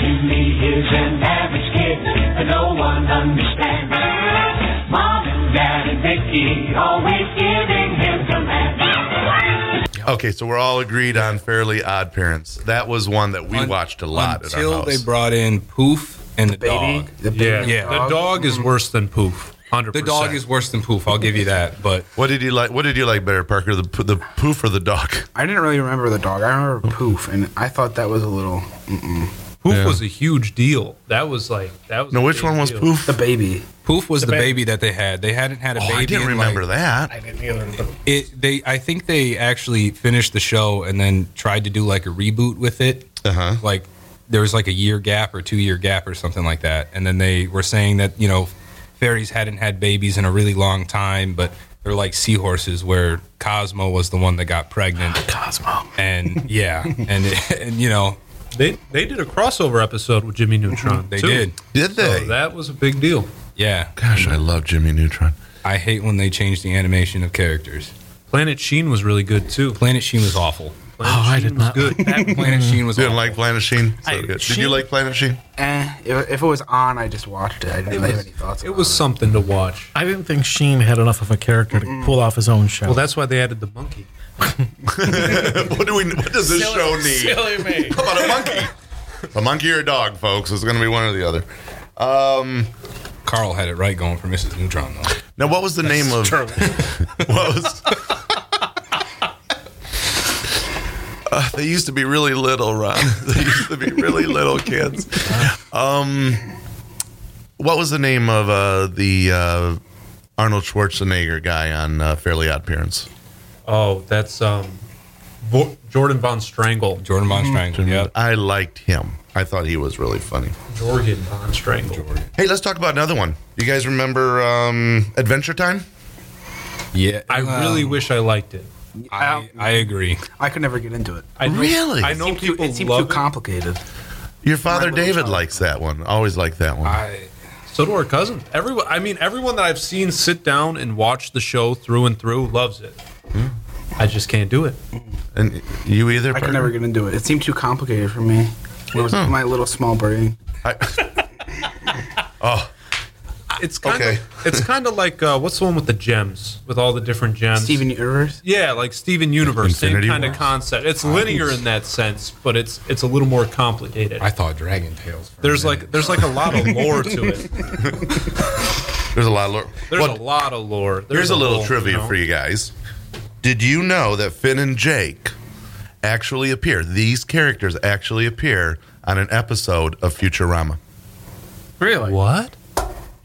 [SPEAKER 5] Jimmy is an average kid that no one understands. Mom and Dad and Vicky always giving him commands.
[SPEAKER 1] Okay, so we're all agreed on Fairly Odd Parents. That was one that we
[SPEAKER 9] Un-
[SPEAKER 1] watched a lot at our
[SPEAKER 9] until
[SPEAKER 1] house.
[SPEAKER 9] they brought in Poof and the,
[SPEAKER 3] baby,
[SPEAKER 9] dog.
[SPEAKER 3] the baby,
[SPEAKER 4] Yeah,
[SPEAKER 3] and the
[SPEAKER 9] Yeah.
[SPEAKER 4] The dog is worse than poof. Hundred.
[SPEAKER 9] Mm-hmm. The dog is worse than Poof. I'll give you that. But
[SPEAKER 1] what did you like? What did you like better, Parker? The p- the poof or the dog?
[SPEAKER 3] I didn't really remember the dog. I remember Poof, and I thought that was a little mm-mm.
[SPEAKER 4] Poof
[SPEAKER 1] Yeah.
[SPEAKER 4] was a huge deal. That was like that was.
[SPEAKER 1] No,
[SPEAKER 4] a
[SPEAKER 1] which
[SPEAKER 4] big
[SPEAKER 1] one was
[SPEAKER 4] deal.
[SPEAKER 1] poof?
[SPEAKER 3] the baby.
[SPEAKER 9] Poof was the,
[SPEAKER 4] ba-
[SPEAKER 9] baby that they had. They hadn't had a
[SPEAKER 1] Oh,
[SPEAKER 9] baby.
[SPEAKER 1] I didn't
[SPEAKER 9] in,
[SPEAKER 1] remember
[SPEAKER 9] like,
[SPEAKER 1] that.
[SPEAKER 9] It. They. I think they actually finished the show and then tried to do like a reboot with it.
[SPEAKER 1] Uh huh.
[SPEAKER 9] Like there was like a year gap or two year gap or something like that. And then they were saying that you know fairies hadn't had babies in a really long time, but they're like seahorses where Cosmo was the one that got pregnant.
[SPEAKER 2] Cosmo.
[SPEAKER 9] and yeah, and, and you know
[SPEAKER 4] They they did a crossover episode with Jimmy Neutron.
[SPEAKER 9] they
[SPEAKER 4] too.
[SPEAKER 9] did.
[SPEAKER 1] Did they?
[SPEAKER 4] So that was a big deal.
[SPEAKER 9] Yeah,
[SPEAKER 1] Gosh, I love Jimmy Neutron.
[SPEAKER 9] I hate when they change the animation of characters.
[SPEAKER 4] Planet Sheen was really good too.
[SPEAKER 9] Planet Sheen was awful.
[SPEAKER 4] Planet
[SPEAKER 2] Oh, I
[SPEAKER 4] Sheen
[SPEAKER 2] did
[SPEAKER 4] was
[SPEAKER 2] not
[SPEAKER 4] Good.
[SPEAKER 9] That Planet Sheen was
[SPEAKER 1] You didn't
[SPEAKER 9] awful.
[SPEAKER 1] like Planet Sheen? So
[SPEAKER 2] I-
[SPEAKER 1] good. Did you
[SPEAKER 2] Sheen-
[SPEAKER 1] like Planet Sheen?
[SPEAKER 3] Eh, if, if it was on, I just watched it. I didn't really have any thoughts.
[SPEAKER 4] It
[SPEAKER 3] about
[SPEAKER 4] was something to watch.
[SPEAKER 2] I didn't think Sheen had enough of a character to pull off his own show.
[SPEAKER 4] Well, that's why they added the monkey.
[SPEAKER 1] What do we? What does this show need?
[SPEAKER 2] me.
[SPEAKER 1] How about a monkey? a monkey or a dog, folks? It's going to be one or the other. Um,
[SPEAKER 9] Carl had it right going for Mrs. Neutron though.
[SPEAKER 1] now, what was the name of? what was? Uh, they used to be really little, Ron. They used to be really little kids. Um, what was the name of uh, the uh, Arnold Schwarzenegger guy on uh, Fairly Odd Parents?
[SPEAKER 4] Oh, that's um, Vo- Jordan von Strangle.
[SPEAKER 9] Mm-hmm. Jordan Von Strangle. Yep.
[SPEAKER 1] I liked him. I thought he was really funny.
[SPEAKER 4] Jordan von Strangle. Jordan.
[SPEAKER 1] Hey, let's talk about another one. You guys remember um, Adventure Time?
[SPEAKER 9] Yeah.
[SPEAKER 4] I really wish I liked it.
[SPEAKER 9] I, I agree.
[SPEAKER 3] I could never get into it.
[SPEAKER 4] I know,
[SPEAKER 1] Really?
[SPEAKER 4] I know
[SPEAKER 3] It seemed too,
[SPEAKER 4] people
[SPEAKER 3] it seemed too
[SPEAKER 4] love it.
[SPEAKER 3] complicated.
[SPEAKER 1] Your father
[SPEAKER 3] little
[SPEAKER 1] David
[SPEAKER 3] child.
[SPEAKER 1] likes that one. Always liked that one.
[SPEAKER 9] I
[SPEAKER 4] So do our cousins. Everyone, I mean, everyone that I've seen sit down and watch the show through and through loves it.
[SPEAKER 2] Hmm.
[SPEAKER 4] I just can't do it.
[SPEAKER 1] and you either?
[SPEAKER 3] I
[SPEAKER 1] Parker?
[SPEAKER 3] could never get into it. It seemed too complicated for me. It was my little small brain.
[SPEAKER 2] Ah,
[SPEAKER 4] It's kind
[SPEAKER 1] Okay.
[SPEAKER 4] of it's kind of like uh, what's the one with the gems with all the different gems.
[SPEAKER 3] Steven Universe.
[SPEAKER 4] Yeah, like Steven Universe,
[SPEAKER 1] Infinity
[SPEAKER 4] same kind
[SPEAKER 1] Wars.
[SPEAKER 4] of concept. It's linear in that sense, but it's it's a little more complicated.
[SPEAKER 9] I thought Dragon Tales. for a
[SPEAKER 4] there's
[SPEAKER 9] minute.
[SPEAKER 4] like there's like a lot of lore to it.
[SPEAKER 1] There's a lot of. Lore.
[SPEAKER 4] There's
[SPEAKER 1] Well,
[SPEAKER 4] a lot of lore. There's
[SPEAKER 1] here's a little
[SPEAKER 4] whole,
[SPEAKER 1] trivia
[SPEAKER 4] know.
[SPEAKER 1] for you guys. Did you know that Finn and Jake actually appear? These characters actually appear on an episode of Futurama.
[SPEAKER 2] Really?
[SPEAKER 4] What?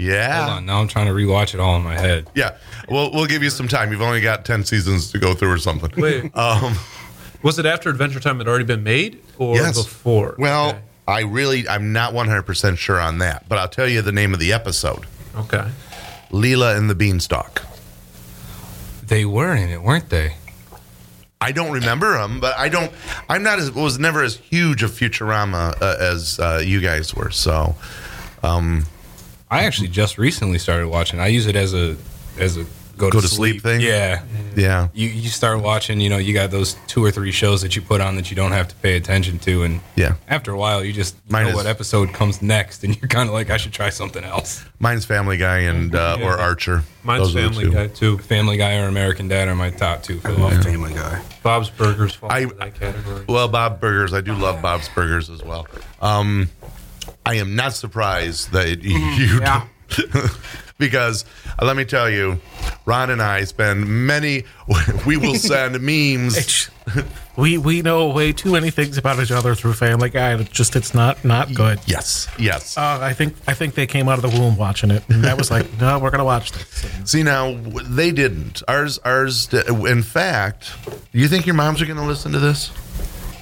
[SPEAKER 1] Yeah.
[SPEAKER 9] Hold on, now I'm trying to rewatch it all in my head.
[SPEAKER 1] Yeah. We'll we'll give you some time. You've only got ten seasons to go through or something.
[SPEAKER 4] Wait,
[SPEAKER 1] Um.
[SPEAKER 4] was it after Adventure Time had already been made or
[SPEAKER 1] Yes.
[SPEAKER 4] before?
[SPEAKER 1] Well, I really I'm not 100 percent sure on that, but I'll tell you the name of the episode:
[SPEAKER 4] okay. okay.
[SPEAKER 1] Leela and the Beanstalk.
[SPEAKER 9] They were in it, weren't they?
[SPEAKER 1] I don't remember them, but I don't. I'm not as was never as huge of Futurama uh, as uh, you guys were. So
[SPEAKER 9] I actually just recently started watching. I use it as a as a go,
[SPEAKER 1] Go to sleep thing?
[SPEAKER 9] Yeah.
[SPEAKER 1] yeah,
[SPEAKER 9] You you start watching, you know, you got those two or three shows that you put on that you don't have to pay attention to and
[SPEAKER 1] yeah.
[SPEAKER 9] after a while you just you
[SPEAKER 1] Mine
[SPEAKER 9] know
[SPEAKER 1] is-
[SPEAKER 9] what episode comes next and you're kind of like I should try something else.
[SPEAKER 1] Mine's Family Guy and uh, or Archer.
[SPEAKER 4] Mine's
[SPEAKER 1] Those are the
[SPEAKER 4] Family
[SPEAKER 1] two.
[SPEAKER 4] Guy too.
[SPEAKER 9] Family Guy or American Dad are my top two for the
[SPEAKER 3] Love
[SPEAKER 9] moment.
[SPEAKER 3] Family Guy.
[SPEAKER 4] Bob's Burgers falls
[SPEAKER 1] I-
[SPEAKER 4] into that category.
[SPEAKER 1] Well, Bob Burgers. I do love Bob's Burgers as well. Um, I am not surprised that it, you.
[SPEAKER 3] yeah.
[SPEAKER 1] because uh, let me tell you, Ron and I spend many. We will send memes.
[SPEAKER 2] We we know way too many things about each other through Family Guy. and It's just it's not not good.
[SPEAKER 1] Yes. Yes.
[SPEAKER 2] Uh, I think I think they came out of the womb watching it, and that was like, no, we're gonna watch this.
[SPEAKER 1] See now, w- they didn't. Ours, ours. d- In fact, you think your moms are going to listen to this?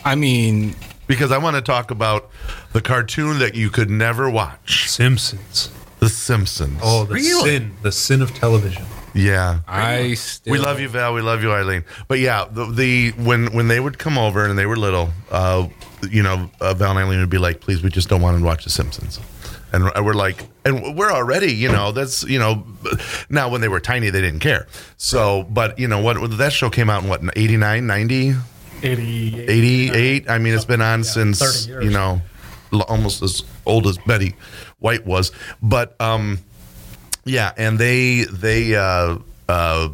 [SPEAKER 9] I mean,
[SPEAKER 1] Because I want to talk about the cartoon that you could never watch,
[SPEAKER 4] Simpsons.
[SPEAKER 1] The Simpsons.
[SPEAKER 4] Oh, the sin, the sin of television.
[SPEAKER 1] yeah.
[SPEAKER 9] I still
[SPEAKER 1] We love you, Val. We love you, Eileen. But yeah, the, the when when they would come over and they were little, uh, you know, uh, Val and Eileen would be like, "Please, we just don't want to watch The Simpsons." And we're like, and we're already, you know, that's you know, now when they were tiny, they didn't care. So, but you know what? That show came out in what 89, 90,
[SPEAKER 2] Eighty.
[SPEAKER 1] 88. I mean, it's been on since
[SPEAKER 2] 30 years.
[SPEAKER 1] you know, l- almost as old as Betty White was. But um, yeah, and they they uh, uh,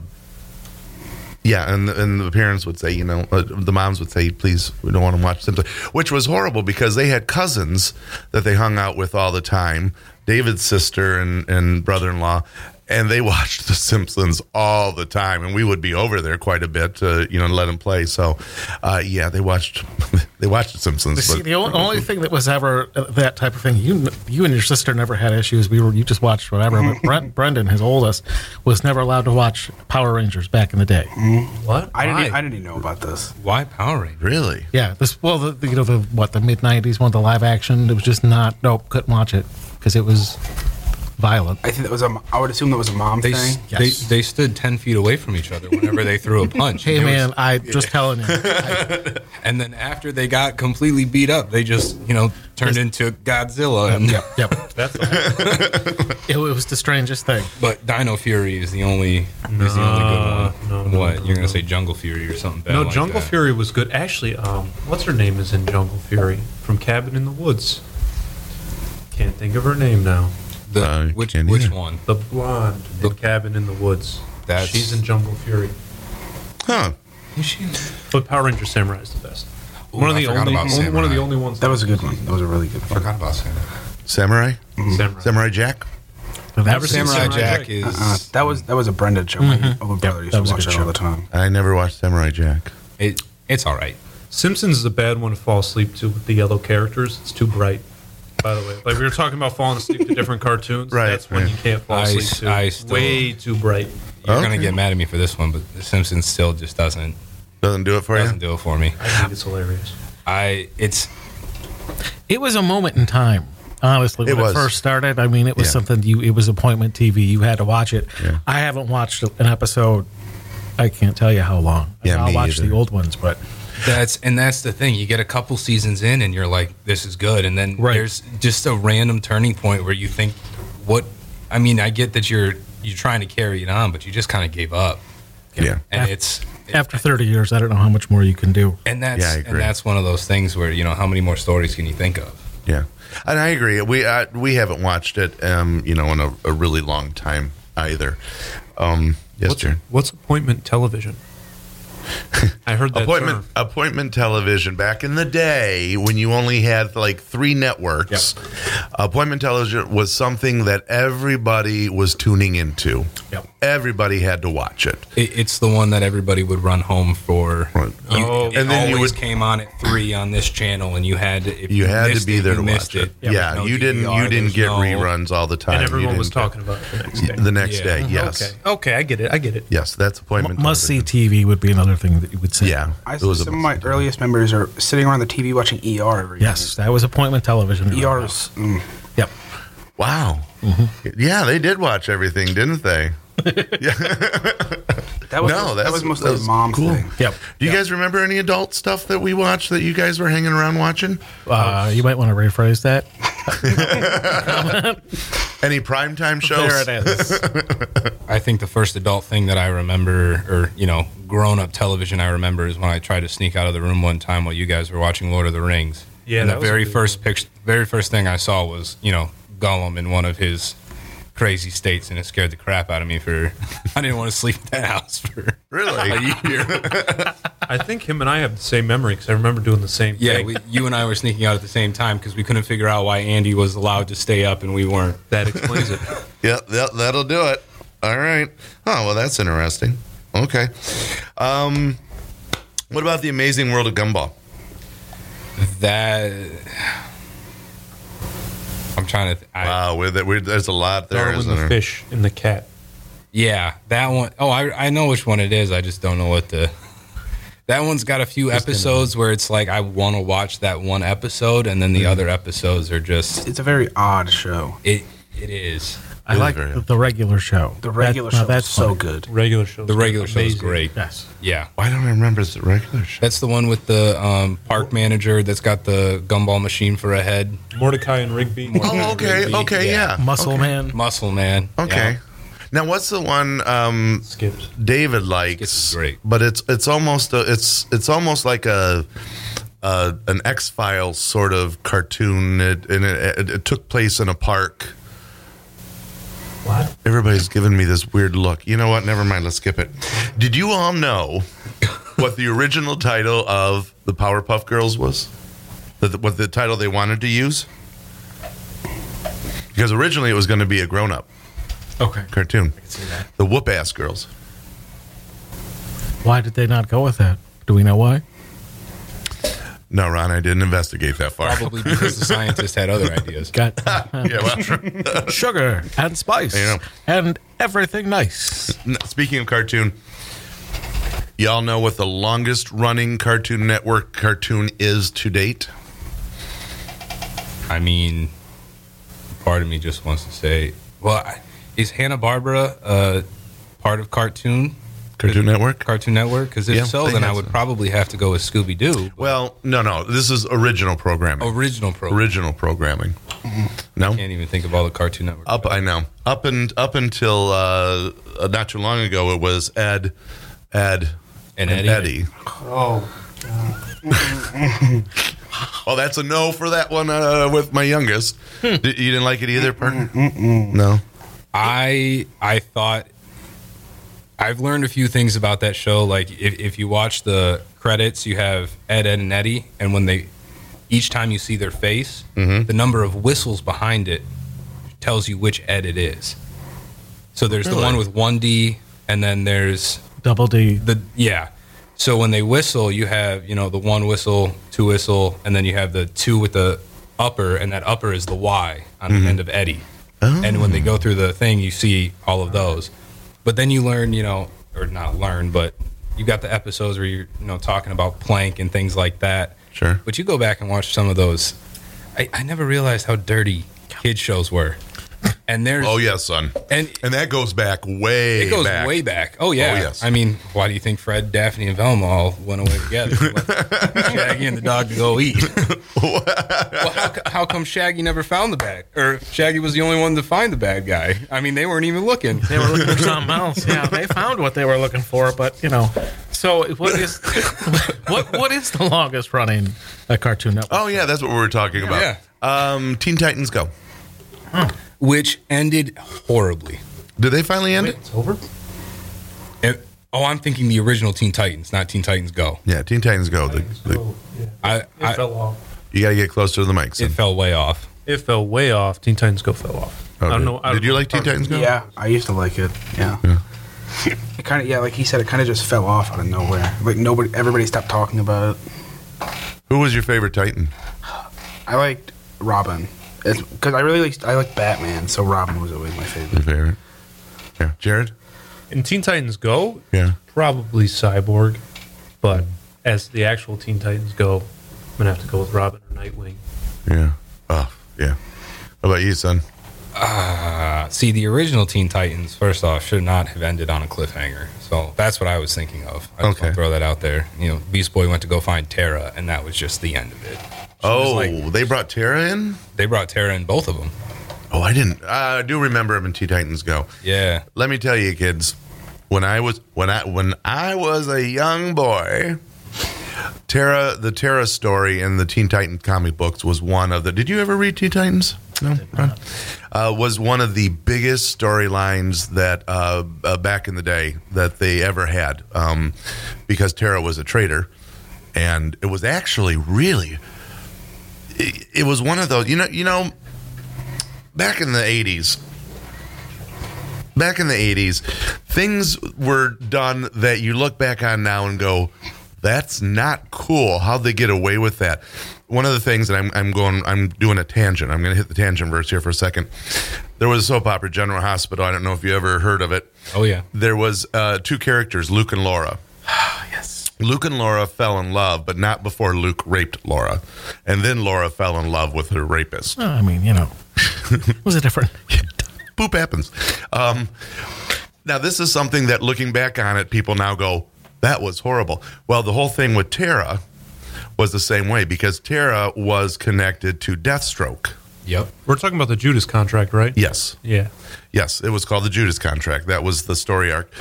[SPEAKER 1] Yeah, and and the parents would say, you know, uh, the moms would say, please, we don't want to watch Simpsons, which was horrible because they had cousins that they hung out with all the time, David's sister and and brother in law, and they watched The Simpsons all the time, and we would be over there quite a bit, to, you know, let them play. So, uh, yeah, they watched they watched The Simpsons.
[SPEAKER 2] See,
[SPEAKER 1] but-
[SPEAKER 2] the only, only thing that was ever uh, that type of thing, you you and your sister never had issues. We were you just watched whatever. But Brent, Brendan, his oldest, was never allowed to watch Power Rangers back in the day.
[SPEAKER 9] What? Why?
[SPEAKER 3] I didn't. e- I didn't even know about this.
[SPEAKER 9] Why Power Rangers?
[SPEAKER 1] really,
[SPEAKER 2] Yeah, this well, the, the, you know the what the mid '90s one, the live action. It was just not nope, couldn't watch it because it was violent.
[SPEAKER 3] I think that was a. m- I would assume that was a mom
[SPEAKER 9] They, s-
[SPEAKER 3] thing.
[SPEAKER 2] Yes.
[SPEAKER 9] they they stood ten feet away from each other whenever they threw a punch.
[SPEAKER 2] Hey
[SPEAKER 9] It was-
[SPEAKER 2] man, I just telling you,
[SPEAKER 9] and then after they got completely beat up, they just you know turned into Godzilla. And,
[SPEAKER 2] Yep. That's it, was the strangest thing.
[SPEAKER 9] But Dino Fury is the only is the only good
[SPEAKER 4] No,
[SPEAKER 9] one.
[SPEAKER 4] no,
[SPEAKER 9] what
[SPEAKER 4] no,
[SPEAKER 9] you're gonna
[SPEAKER 4] no.
[SPEAKER 9] say Jungle Fury or something? bad
[SPEAKER 4] No,
[SPEAKER 9] like
[SPEAKER 4] Jungle
[SPEAKER 9] that.
[SPEAKER 4] Fury was good. Actually, um, what's her name is in Jungle Fury from Cabin in the Woods. Can't think of her name now.
[SPEAKER 9] The,
[SPEAKER 1] Uh,
[SPEAKER 9] which
[SPEAKER 1] can't
[SPEAKER 9] which
[SPEAKER 1] either.
[SPEAKER 9] one?
[SPEAKER 4] The blonde in Cabin in the Woods.
[SPEAKER 9] That's-
[SPEAKER 4] She's in Jungle Fury.
[SPEAKER 1] huh?
[SPEAKER 9] Is she?
[SPEAKER 4] But Power Ranger Samurai is the best.
[SPEAKER 9] Ooh,
[SPEAKER 4] one of
[SPEAKER 9] I
[SPEAKER 4] the
[SPEAKER 9] forgot
[SPEAKER 4] only
[SPEAKER 9] about
[SPEAKER 4] only- one of
[SPEAKER 9] Samurai.
[SPEAKER 4] the only ones
[SPEAKER 3] That was a good one. That was a really good one.
[SPEAKER 9] Forgot about Samurai.
[SPEAKER 1] Samurai,
[SPEAKER 9] mm-hmm.
[SPEAKER 4] Samurai.
[SPEAKER 1] Samurai Jack.
[SPEAKER 9] Samurai, Jack,
[SPEAKER 4] Jack.
[SPEAKER 9] is
[SPEAKER 3] Uh, that was that was a Brenda show. My older brother used
[SPEAKER 2] that
[SPEAKER 3] to
[SPEAKER 2] was a
[SPEAKER 3] watch
[SPEAKER 2] good
[SPEAKER 3] that
[SPEAKER 2] show.
[SPEAKER 3] all the time.
[SPEAKER 1] I never watched Samurai Jack.
[SPEAKER 9] it, it's all right.
[SPEAKER 4] Simpsons is a bad one to fall asleep to with the yellow characters. It's too bright. By the way, like we were talking about falling asleep to different cartoons.
[SPEAKER 1] Right,
[SPEAKER 4] That's when
[SPEAKER 1] right.
[SPEAKER 4] you can't fall
[SPEAKER 9] I
[SPEAKER 4] asleep
[SPEAKER 9] s-
[SPEAKER 4] to.
[SPEAKER 9] I still-
[SPEAKER 4] Way too bright.
[SPEAKER 9] You're
[SPEAKER 1] Okay.
[SPEAKER 9] gonna get mad at me for this one, but The Simpsons still just doesn't
[SPEAKER 1] Doesn't do it for
[SPEAKER 9] doesn't
[SPEAKER 1] you.
[SPEAKER 9] do it for me.
[SPEAKER 4] I think it's hilarious.
[SPEAKER 9] I it's
[SPEAKER 2] It was a moment in time. Honestly, when
[SPEAKER 1] It
[SPEAKER 2] it,
[SPEAKER 1] was.
[SPEAKER 2] first started, I mean, it was
[SPEAKER 1] Yeah.
[SPEAKER 2] something you. It was appointment TV. You had to watch it.
[SPEAKER 1] Yeah.
[SPEAKER 2] I haven't watched an episode. I can't tell you how long.
[SPEAKER 1] Yeah,
[SPEAKER 2] I'll
[SPEAKER 1] me
[SPEAKER 2] watch
[SPEAKER 1] either.
[SPEAKER 2] the old ones, but
[SPEAKER 9] that's and that's the thing. You get a couple seasons in, and you're like, "This is good," and then
[SPEAKER 2] Right.
[SPEAKER 9] there's just a random turning point where you think, "What?" I mean, I get that you're you're trying to carry it on, but you just kind of gave up,
[SPEAKER 1] Yeah.
[SPEAKER 9] and
[SPEAKER 2] Af-
[SPEAKER 9] it's
[SPEAKER 2] after 30 years, I don't know how much more you can do.
[SPEAKER 9] and that's
[SPEAKER 1] Yeah, I
[SPEAKER 9] and
[SPEAKER 1] agree.
[SPEAKER 9] that's one of those things where you know how many more stories can you think of?
[SPEAKER 1] Yeah, and I agree. We uh, we haven't watched it, um, you know, in a, a really long time either. Um, yes,
[SPEAKER 4] What's,
[SPEAKER 1] Jern.
[SPEAKER 4] what's appointment television? I heard that
[SPEAKER 1] Appointment
[SPEAKER 4] term.
[SPEAKER 1] appointment television back in the day when you only had like three networks. Appointment television was something that everybody was tuning into.
[SPEAKER 4] Yep.
[SPEAKER 1] Everybody had to watch it.
[SPEAKER 9] It, it's the one that everybody would run home for.
[SPEAKER 1] Right.
[SPEAKER 9] You-
[SPEAKER 4] Oh.
[SPEAKER 9] it
[SPEAKER 1] And then you
[SPEAKER 9] always
[SPEAKER 1] would-
[SPEAKER 9] came on at three on this channel, and you had to, if
[SPEAKER 1] You had to
[SPEAKER 9] missed
[SPEAKER 1] be
[SPEAKER 9] it,
[SPEAKER 1] there
[SPEAKER 9] you
[SPEAKER 1] to
[SPEAKER 9] missed
[SPEAKER 1] watch it. Yeah,
[SPEAKER 9] There was no
[SPEAKER 1] you didn't.
[SPEAKER 9] DVR,
[SPEAKER 1] you didn't
[SPEAKER 9] there
[SPEAKER 1] get
[SPEAKER 9] was no-
[SPEAKER 1] reruns all the time.
[SPEAKER 4] and
[SPEAKER 1] You
[SPEAKER 4] everyone was
[SPEAKER 1] didn't get-
[SPEAKER 4] talking about it the next day.
[SPEAKER 1] the E next
[SPEAKER 9] Yeah.
[SPEAKER 1] day.
[SPEAKER 9] Mhm.
[SPEAKER 1] Yes,
[SPEAKER 4] Okay. Okay, I get it. I get it.
[SPEAKER 1] yes, that's appointment.
[SPEAKER 2] Must see
[SPEAKER 1] television.
[SPEAKER 2] TV would be another thing that you would say.
[SPEAKER 1] Yeah,
[SPEAKER 3] I,
[SPEAKER 1] it was a
[SPEAKER 3] some of my earliest memories are sitting around the TV watching ER every
[SPEAKER 2] Yes, that was appointment television.
[SPEAKER 3] night. ER was. Mm,
[SPEAKER 2] Yep.
[SPEAKER 1] Wow. Yeah, they did watch everything, didn't they?
[SPEAKER 3] that was
[SPEAKER 1] No,
[SPEAKER 3] that
[SPEAKER 1] that's-
[SPEAKER 3] was mostly
[SPEAKER 1] that's
[SPEAKER 3] mom's
[SPEAKER 1] cool.
[SPEAKER 3] thing.
[SPEAKER 2] Yep.
[SPEAKER 1] Do you guys remember any adult stuff that we watched that you guys were hanging around watching?
[SPEAKER 2] Uh, you might want to rephrase that.
[SPEAKER 1] Any primetime shows?
[SPEAKER 2] There it is.
[SPEAKER 9] I think the first adult thing that I remember, or you know, grown-up television I remember, is when I tried to sneak out of the room one time while you guys were watching Lord of the Rings.
[SPEAKER 4] Yeah,
[SPEAKER 9] and
[SPEAKER 4] that
[SPEAKER 9] the
[SPEAKER 4] was a
[SPEAKER 9] very
[SPEAKER 4] good
[SPEAKER 9] first picture, very first thing I saw was you know Gollum in one of his crazy states, and it scared the crap out of me. For I didn't want to sleep in that house for
[SPEAKER 1] Really?
[SPEAKER 9] a year.
[SPEAKER 4] I think him and I have the same memory because I remember doing the same
[SPEAKER 9] yeah,
[SPEAKER 4] thing.
[SPEAKER 9] we, you and I were sneaking out at the same time because we couldn't figure out why Andy was allowed to stay up and we weren't.
[SPEAKER 4] that explains it.
[SPEAKER 1] yeah, that, that'll do it. All right. Oh, well, that's interesting. Okay. Um, what about The Amazing World of Gumball?
[SPEAKER 9] That I'm trying to. Th- I,
[SPEAKER 1] Wow, with it, with- there's a lot there,
[SPEAKER 4] Darwin
[SPEAKER 1] isn't
[SPEAKER 4] the
[SPEAKER 1] there?
[SPEAKER 4] fish and the cat.
[SPEAKER 9] Yeah, that one oh I I know which one it is. I just don't know what the. That one's got a few episodes where it's like I want to watch that one episode, and
[SPEAKER 1] Mm-hmm.
[SPEAKER 9] then the other episodes are just
[SPEAKER 3] It's a very odd show.
[SPEAKER 9] it. It is
[SPEAKER 2] I like
[SPEAKER 1] very-
[SPEAKER 2] the, the regular show.
[SPEAKER 3] The regular
[SPEAKER 2] That- now
[SPEAKER 3] show that's so
[SPEAKER 2] funny.
[SPEAKER 3] good.
[SPEAKER 4] Regular show.
[SPEAKER 9] the regular show is great.
[SPEAKER 2] Yes.
[SPEAKER 9] Yeah,
[SPEAKER 1] Why don't I remember the regular show?
[SPEAKER 9] that's the one with the um, park manager that's got the gumball machine for a head.
[SPEAKER 4] Mordecai and Rigby.
[SPEAKER 1] Oh, okay.
[SPEAKER 9] Rigby,
[SPEAKER 1] Okay,
[SPEAKER 9] yeah.
[SPEAKER 1] yeah.
[SPEAKER 2] Muscle Man.
[SPEAKER 9] Muscle man.
[SPEAKER 1] Okay.
[SPEAKER 9] Yeah.
[SPEAKER 1] Now, what's the one um,
[SPEAKER 4] Skipped.
[SPEAKER 1] David likes,
[SPEAKER 9] Skits is great.
[SPEAKER 1] but it's it's almost a, it's it's almost like a, a an X Files sort of cartoon, it, and it, it, it took place in a park.
[SPEAKER 4] What?
[SPEAKER 1] Everybody's giving me this weird look. You know what? Never mind. Let's skip it. Did you all know what the original title of the Powerpuff Girls was? The, what the title they wanted to use? Because originally it was going to be a grown up
[SPEAKER 9] Okay.
[SPEAKER 1] cartoon. The Whoop Ass Girls.
[SPEAKER 2] Why did they not go with that? Do we know why?
[SPEAKER 1] No, Ron, I didn't investigate that far.
[SPEAKER 9] Probably because the scientist had other ideas.
[SPEAKER 2] Got
[SPEAKER 1] yeah, well,
[SPEAKER 2] sugar and spice
[SPEAKER 1] You know.
[SPEAKER 2] and everything nice.
[SPEAKER 1] N- Speaking of cartoon, y'all know what the longest running Cartoon Network cartoon is to date?
[SPEAKER 9] I mean, part of me just wants to say, well, I- is Hanna Barbera uh, part of cartoon
[SPEAKER 1] Cartoon Network?
[SPEAKER 9] Cartoon Network? Because if
[SPEAKER 1] Yeah,
[SPEAKER 9] so,
[SPEAKER 1] they
[SPEAKER 9] then
[SPEAKER 1] had
[SPEAKER 9] I would
[SPEAKER 1] some.
[SPEAKER 9] probably have to go with Scooby Doo
[SPEAKER 1] Well, no, no. This is original programming.
[SPEAKER 9] original program.
[SPEAKER 1] original programming. No?
[SPEAKER 9] Can't even think of all the Cartoon Network.
[SPEAKER 1] Up, I know. Up and up until uh, uh, not too long ago, it was Ed, Ed,
[SPEAKER 9] And Eddie.
[SPEAKER 3] Oh,
[SPEAKER 1] Oh, that's a no for that one uh, with my youngest.
[SPEAKER 9] Hmm.
[SPEAKER 1] D- you didn't like it either, Parker? No.
[SPEAKER 9] I I thought I've learned a few things about that show. Like if, if you watch the credits, you have Ed, Ed, and Eddie, and when they each time you see their face, the number of whistles behind it tells you which Ed it is. So there's the one with one D, and then there's
[SPEAKER 2] Double D.
[SPEAKER 9] the yeah. So when they whistle, you have you know the one whistle, two whistle, and then you have the two with the upper, and that upper is the Y on the end of Eddie. And when they go through the thing, you see all of those. But then you learn, you know, or not learn, but you got the episodes where you're you know talking about plank and things like that.
[SPEAKER 1] Sure.
[SPEAKER 9] But you go back and watch some of those. I, I never realized how dirty kid shows were. And there's
[SPEAKER 1] Oh yes, son.
[SPEAKER 9] and
[SPEAKER 1] And that goes back way.
[SPEAKER 9] it goes
[SPEAKER 1] back.
[SPEAKER 9] way back. Oh yeah.
[SPEAKER 1] Oh, yes.
[SPEAKER 9] I mean, why do you think Fred, Daphne, and Velma all went away together? Left Shaggy and the dog to go eat. well, how, co- how come Shaggy never found the bad, or Shaggy was the only one to find the bad guy? I mean, they weren't even looking.
[SPEAKER 2] They were looking for something else. Yeah, they found what they were looking for, but you know. So what is what what is the longest running uh, cartoon network?
[SPEAKER 1] Oh yeah, that's what we were talking about.
[SPEAKER 9] Yeah.
[SPEAKER 1] Um, Teen Titans Go.
[SPEAKER 9] Which ended horribly.
[SPEAKER 1] Did they finally end it?
[SPEAKER 3] it's over.
[SPEAKER 9] It- oh, I'm thinking the original Teen Titans, not Teen Titans Go.
[SPEAKER 1] Yeah, Teen Titans Go. The, the-
[SPEAKER 9] I, I
[SPEAKER 4] fell off.
[SPEAKER 1] you got to get closer to the mic.
[SPEAKER 9] it
[SPEAKER 1] Son.
[SPEAKER 9] fell way off.
[SPEAKER 4] It fell way off. Teen Titans Go fell off.
[SPEAKER 1] Oh,
[SPEAKER 4] I don't
[SPEAKER 1] did-
[SPEAKER 4] know. I
[SPEAKER 1] did
[SPEAKER 4] don't
[SPEAKER 1] you
[SPEAKER 4] know.
[SPEAKER 1] like Teen Titans Go?
[SPEAKER 3] Yeah, I used to like it. Yeah. it kind of yeah, like he said, it kind of just fell off out of nowhere. Like nobody, everybody stopped talking about it.
[SPEAKER 1] Who was your favorite Titan?
[SPEAKER 3] I liked Robin. It's because I really like I like Batman, so Robin was always my favorite.
[SPEAKER 1] Your favorite? Yeah, Jared.
[SPEAKER 4] In Teen Titans Go,
[SPEAKER 1] Yeah.
[SPEAKER 4] probably Cyborg, but as the actual Teen Titans Go, I'm gonna have to go with Robin or Nightwing.
[SPEAKER 1] Yeah. Oh yeah. How about you, son?
[SPEAKER 9] Uh, see, the original Teen Titans, first off, should not have ended on a cliffhanger. So that's what I was thinking of. I just
[SPEAKER 1] Okay.
[SPEAKER 9] wanna throw that out there. You know, Beast Boy went to go find Terra, and that was just the end of it.
[SPEAKER 1] Oh,
[SPEAKER 9] like-
[SPEAKER 1] they brought Tara in.
[SPEAKER 9] They brought Terra in both of them.
[SPEAKER 1] Oh, I didn't. I do remember him in Teen Titans Go.
[SPEAKER 9] Yeah.
[SPEAKER 1] Let me tell you, kids. When I was when I when I was a young boy, Tara the Tara story in the Teen Titan comic books was one of the. Did you ever read Teen Titans? No, Ron? uh, was one of the biggest storylines that uh, uh, back in the day that they ever had, um, because Tara was a traitor, and it was actually really. It, it was one of those, you know, you know. Back in the '80s, back in the 80s, things were done that you look back on now and go, that's not cool. How'd they get away with that? One of the things that I'm, I'm going, I'm doing a tangent. I'm going to hit the tangent verse here for a second. There was a soap opera, General Hospital. I don't know if you ever heard of it
[SPEAKER 9] Oh, yeah.
[SPEAKER 1] there was uh, two characters, Luke and Laura. yes. Luke and Laura fell in love, but not before Luke raped Laura, and then Laura fell in love with her rapist.
[SPEAKER 2] Oh, I mean, you know, it was a different.
[SPEAKER 1] Poop happens. Um, now this is something that, looking back on it, people now go, "That was horrible." Well, the whole thing with Tara was the same way because Tara was connected to Deathstroke.
[SPEAKER 9] Yep.
[SPEAKER 4] We're talking about the Judas contract, right?
[SPEAKER 1] Yes.
[SPEAKER 4] Yeah.
[SPEAKER 1] Yes, it was called the Judas Contract. That was the story arc.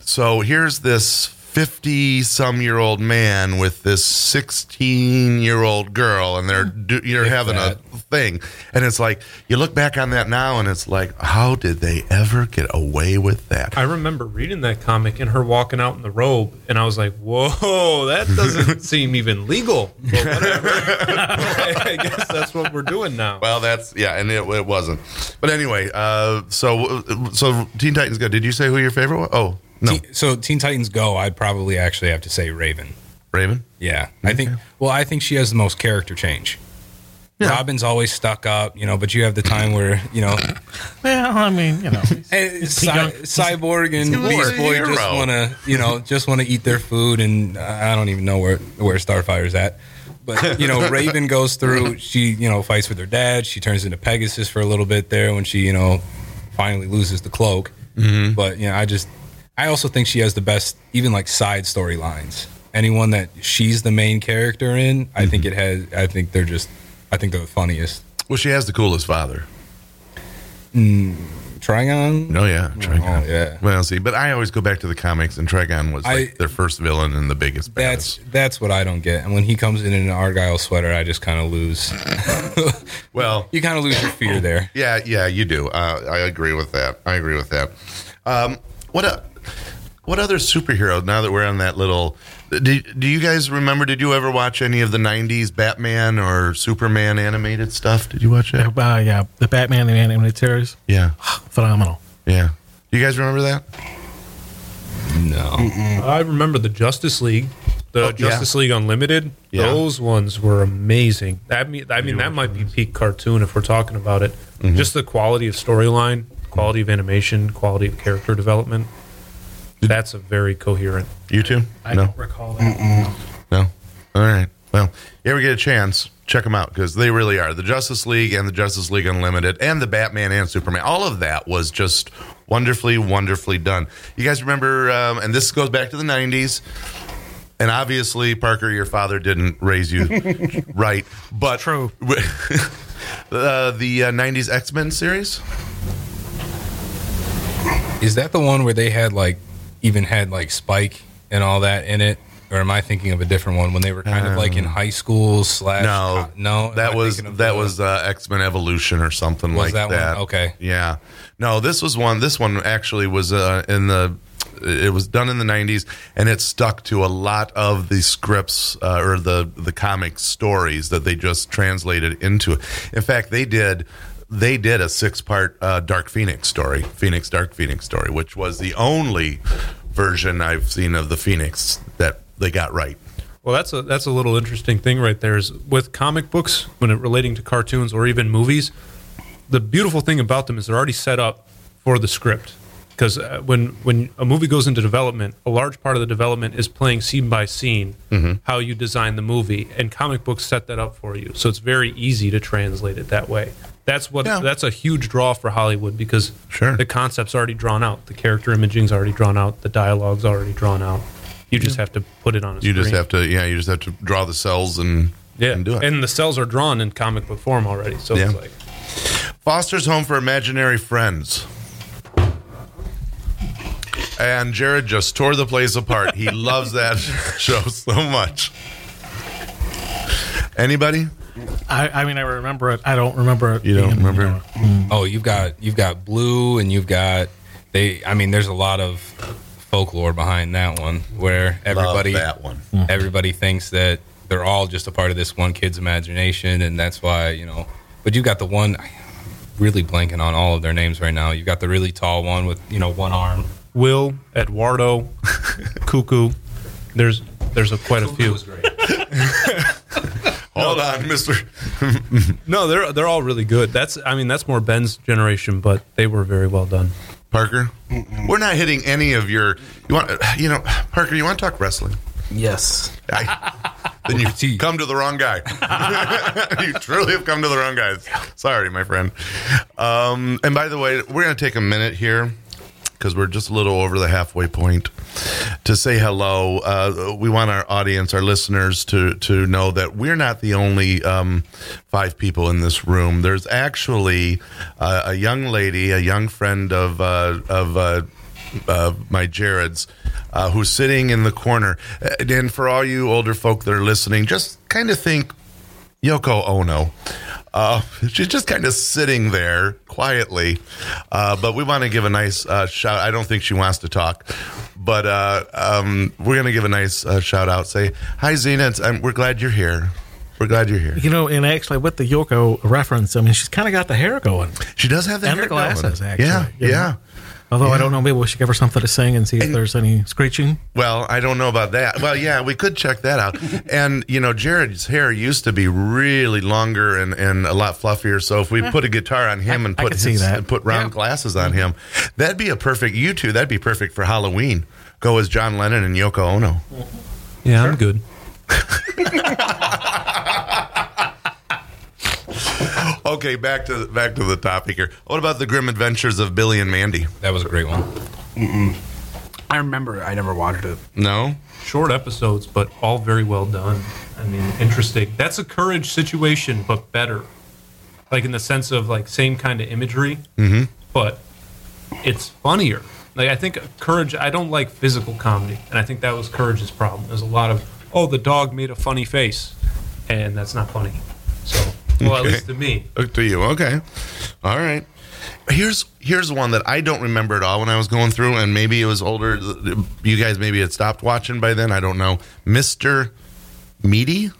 [SPEAKER 1] So here's this 50 some year old man with this 16 year old girl and they're do, you're having a thing and it's like you look back on that now and it's like how did they ever get away with that
[SPEAKER 4] I remember reading that comic and her walking out in the robe, and I was like, "Whoa, that doesn't seem even legal." But whatever. I guess that's what we're doing now.
[SPEAKER 1] well that's yeah and it, it wasn't but anyway uh so so teen titans go did you say who your favorite was oh no
[SPEAKER 9] Teen- so Teen Titans Go, I'd probably actually have to say Raven.
[SPEAKER 1] raven
[SPEAKER 9] Yeah, I think. Well, I think she has the most character change. Robin's always stuck up, you know, but you have the time where you know
[SPEAKER 2] Well, I mean, you know,
[SPEAKER 9] eh, Cy- Cyborg and
[SPEAKER 1] he's
[SPEAKER 9] Beast
[SPEAKER 1] a
[SPEAKER 9] Boy
[SPEAKER 1] hero.
[SPEAKER 9] just want to, you know, just want to eat their food, and uh, I don't even know where where Starfire's at. But you know, Raven goes through. She you know fights with her dad. She turns into Pegasus for a little bit there when she you know finally loses the cloak.
[SPEAKER 1] Mm-hmm.
[SPEAKER 9] But you know, I just I also think she has the best even like side storylines. Anyone that she's the main character in,
[SPEAKER 1] Mm-hmm.
[SPEAKER 9] I think it has. I think they're just. I think they're the funniest.
[SPEAKER 1] well she has the coolest father
[SPEAKER 9] Trigon.
[SPEAKER 1] oh yeah trigon
[SPEAKER 9] Oh, yeah.
[SPEAKER 1] well see but i always go back to the comics and trigon was like
[SPEAKER 9] I-
[SPEAKER 1] their first villain and the biggest
[SPEAKER 9] That's
[SPEAKER 1] badass.
[SPEAKER 9] that's what I don't get. And when he comes in in an Argyle sweater, I just kind of lose.
[SPEAKER 1] well
[SPEAKER 9] you kind of lose your fear there.
[SPEAKER 1] Yeah, yeah, you do. Uh, I agree with that. I agree with that. Um, what a, what other superhero? Now that we're on that little, do, do you guys remember? Did you ever watch any of the '90s Batman or Superman animated stuff? Did you watch that?
[SPEAKER 2] uh, yeah, the Batman and animated series,
[SPEAKER 1] Yeah,
[SPEAKER 2] phenomenal.
[SPEAKER 1] yeah. Do you guys remember that?
[SPEAKER 9] No,
[SPEAKER 4] I remember the Justice League, the
[SPEAKER 1] Oh, yeah.
[SPEAKER 4] Justice League Unlimited.
[SPEAKER 1] Yeah.
[SPEAKER 4] Those ones were amazing. That mean, I mean, that might be peak cartoon if we're talking about it.
[SPEAKER 1] Mm-hmm.
[SPEAKER 4] Just the quality of storyline, quality of animation, quality of character development. That's a very coherent.
[SPEAKER 1] You two? no,
[SPEAKER 4] recall that.
[SPEAKER 1] no. All right. Well, if you ever get a chance, check them out because they really are the Justice League and the Justice League Unlimited and the Batman and Superman. All of that was just wonderfully, wonderfully done. You guys remember? Um, and this goes back to the '90s. And obviously, Parker, your father didn't raise you right, but
[SPEAKER 2] True.
[SPEAKER 1] uh, the uh, '90s X Men series.
[SPEAKER 9] is that the one where they had like even had like Spike and all that in it? Or am I thinking of a different one when they were kind of like in high school slash?
[SPEAKER 1] Um, No,
[SPEAKER 9] co- Uh, no,
[SPEAKER 1] that
[SPEAKER 9] Am I
[SPEAKER 1] was
[SPEAKER 9] thinking of
[SPEAKER 1] that
[SPEAKER 9] the-
[SPEAKER 1] was uh, X Men Evolution or something
[SPEAKER 9] Was
[SPEAKER 1] like
[SPEAKER 9] that
[SPEAKER 1] that.
[SPEAKER 9] one? Okay.
[SPEAKER 1] yeah. No, this was one. This one actually was uh, in the. It was done in the '90s, and it stuck to a lot of the scripts uh, or the the comic stories that they just translated into. In fact, they did. They did a six-part uh, Dark Phoenix story, Phoenix Dark Phoenix story, which was the only version I've seen of the Phoenix that they got right.
[SPEAKER 4] Well, that's a that's a little interesting thing right there. Is with comic books when it relating to cartoons or even movies, the beautiful thing about them is they're already set up for the script. Because uh, when when a movie goes into development, a large part of the development is playing scene by scene
[SPEAKER 1] Mm-hmm.
[SPEAKER 4] how you design the movie, and comic books set that up for you. So it's very easy to translate it that way. That's what
[SPEAKER 1] Yeah.
[SPEAKER 4] that's a huge draw for Hollywood because
[SPEAKER 1] Sure.
[SPEAKER 4] the concept's already drawn out, the character imaging's already drawn out, the dialogue's already drawn out. You just have to put it on. A
[SPEAKER 1] You just
[SPEAKER 4] screen.
[SPEAKER 1] have to, yeah. You just have to draw the cells and
[SPEAKER 4] Yeah,
[SPEAKER 1] and do it.
[SPEAKER 4] the cells are drawn in comic book form already, so
[SPEAKER 1] Yeah.
[SPEAKER 4] it's like
[SPEAKER 1] Foster's Home for Imaginary Friends. And Jared just tore the place apart. He loves that show so much. Anybody?
[SPEAKER 2] I, I mean, I remember it. I don't remember it.
[SPEAKER 1] You don't
[SPEAKER 2] being-
[SPEAKER 1] remember?
[SPEAKER 9] Oh, you've got you've got blue, and you've got they. I mean, there's a lot of folklore behind that one where everybody
[SPEAKER 1] Love that one.
[SPEAKER 9] everybody thinks that they're all just a part of this one kid's imagination, and that's why you know. But you've got the one I'm really blanking on all of their names right now. You've got the really tall one with you know one arm.
[SPEAKER 4] Will, Eduardo, Cuckoo. There's there's a quite a few.
[SPEAKER 1] Hold on, Mister.
[SPEAKER 4] No, they're they're all really good. That's I mean that's more Ben's generation, but they were very well done.
[SPEAKER 1] Parker. We're not hitting any of your. You want you know Parker? You want to talk wrestling?
[SPEAKER 3] Yes.
[SPEAKER 1] I, then you come to the wrong guy. you truly have come to the wrong guys. Sorry, my friend. Um, and by the way, we're going to take a minute here because we're just a little over the halfway point to say hello. Uh, we want our audience, our listeners, to to know that we're not the only um, five people in this room. There's actually uh, a young lady, a young friend of uh, of. Uh, uh, my Jared's, uh, who's sitting in the corner. And then for all you older folk that are listening, just kind of think Yoko Ono. Uh, she's just kind of sitting there quietly, uh, but we want to give a nice uh, shout. I don't think she wants to talk, but uh, um, we're going to give a nice uh, shout out. Say hi, Zena. It's, um, we're glad you're here. We're glad you're here.
[SPEAKER 2] You know, and actually with the Yoko reference, I mean, she's kind of got the hair going
[SPEAKER 1] She does have the
[SPEAKER 2] and
[SPEAKER 1] hair
[SPEAKER 2] the glasses.
[SPEAKER 1] going.
[SPEAKER 2] Actually,
[SPEAKER 1] yeah,
[SPEAKER 2] you know?
[SPEAKER 1] yeah.
[SPEAKER 2] Although I don't know, maybe we should give her something to sing and see if there's any screeching.
[SPEAKER 1] Well, I don't know about that. Well, yeah, we could check that out. And you know, Jared's hair used to be really longer and, and a lot fluffier. So if we put a guitar on him and
[SPEAKER 2] I
[SPEAKER 1] put
[SPEAKER 2] could see
[SPEAKER 1] his-
[SPEAKER 2] that.
[SPEAKER 1] and put round glasses on him, that'd be a perfect you two. That'd be perfect for Halloween. Go as John Lennon and Yoko Ono.
[SPEAKER 4] Yeah, I'm good.
[SPEAKER 1] Okay, back to the, back to the topic here. What about the grim adventures of Billy and Mandy?
[SPEAKER 9] That was a great one.
[SPEAKER 3] I remember I never watched it.
[SPEAKER 1] No,
[SPEAKER 4] Short episodes, but all very well done. I mean, interesting. That's a courage situation, but better. Like in the sense of like same kind of imagery,
[SPEAKER 9] Mm-hmm.
[SPEAKER 4] but it's funnier. Like I think courage. I don't like physical comedy, and I think that was courage's problem. There's a lot of oh, the dog made a funny face, and that's not funny. So, well,
[SPEAKER 1] Okay.
[SPEAKER 4] at least to me,
[SPEAKER 1] Look to you. Okay. All right. Here's here's one that I don't remember at all when I was going through, and maybe it was older. You guys maybe had stopped watching by then. I don't know. Mister Meaty.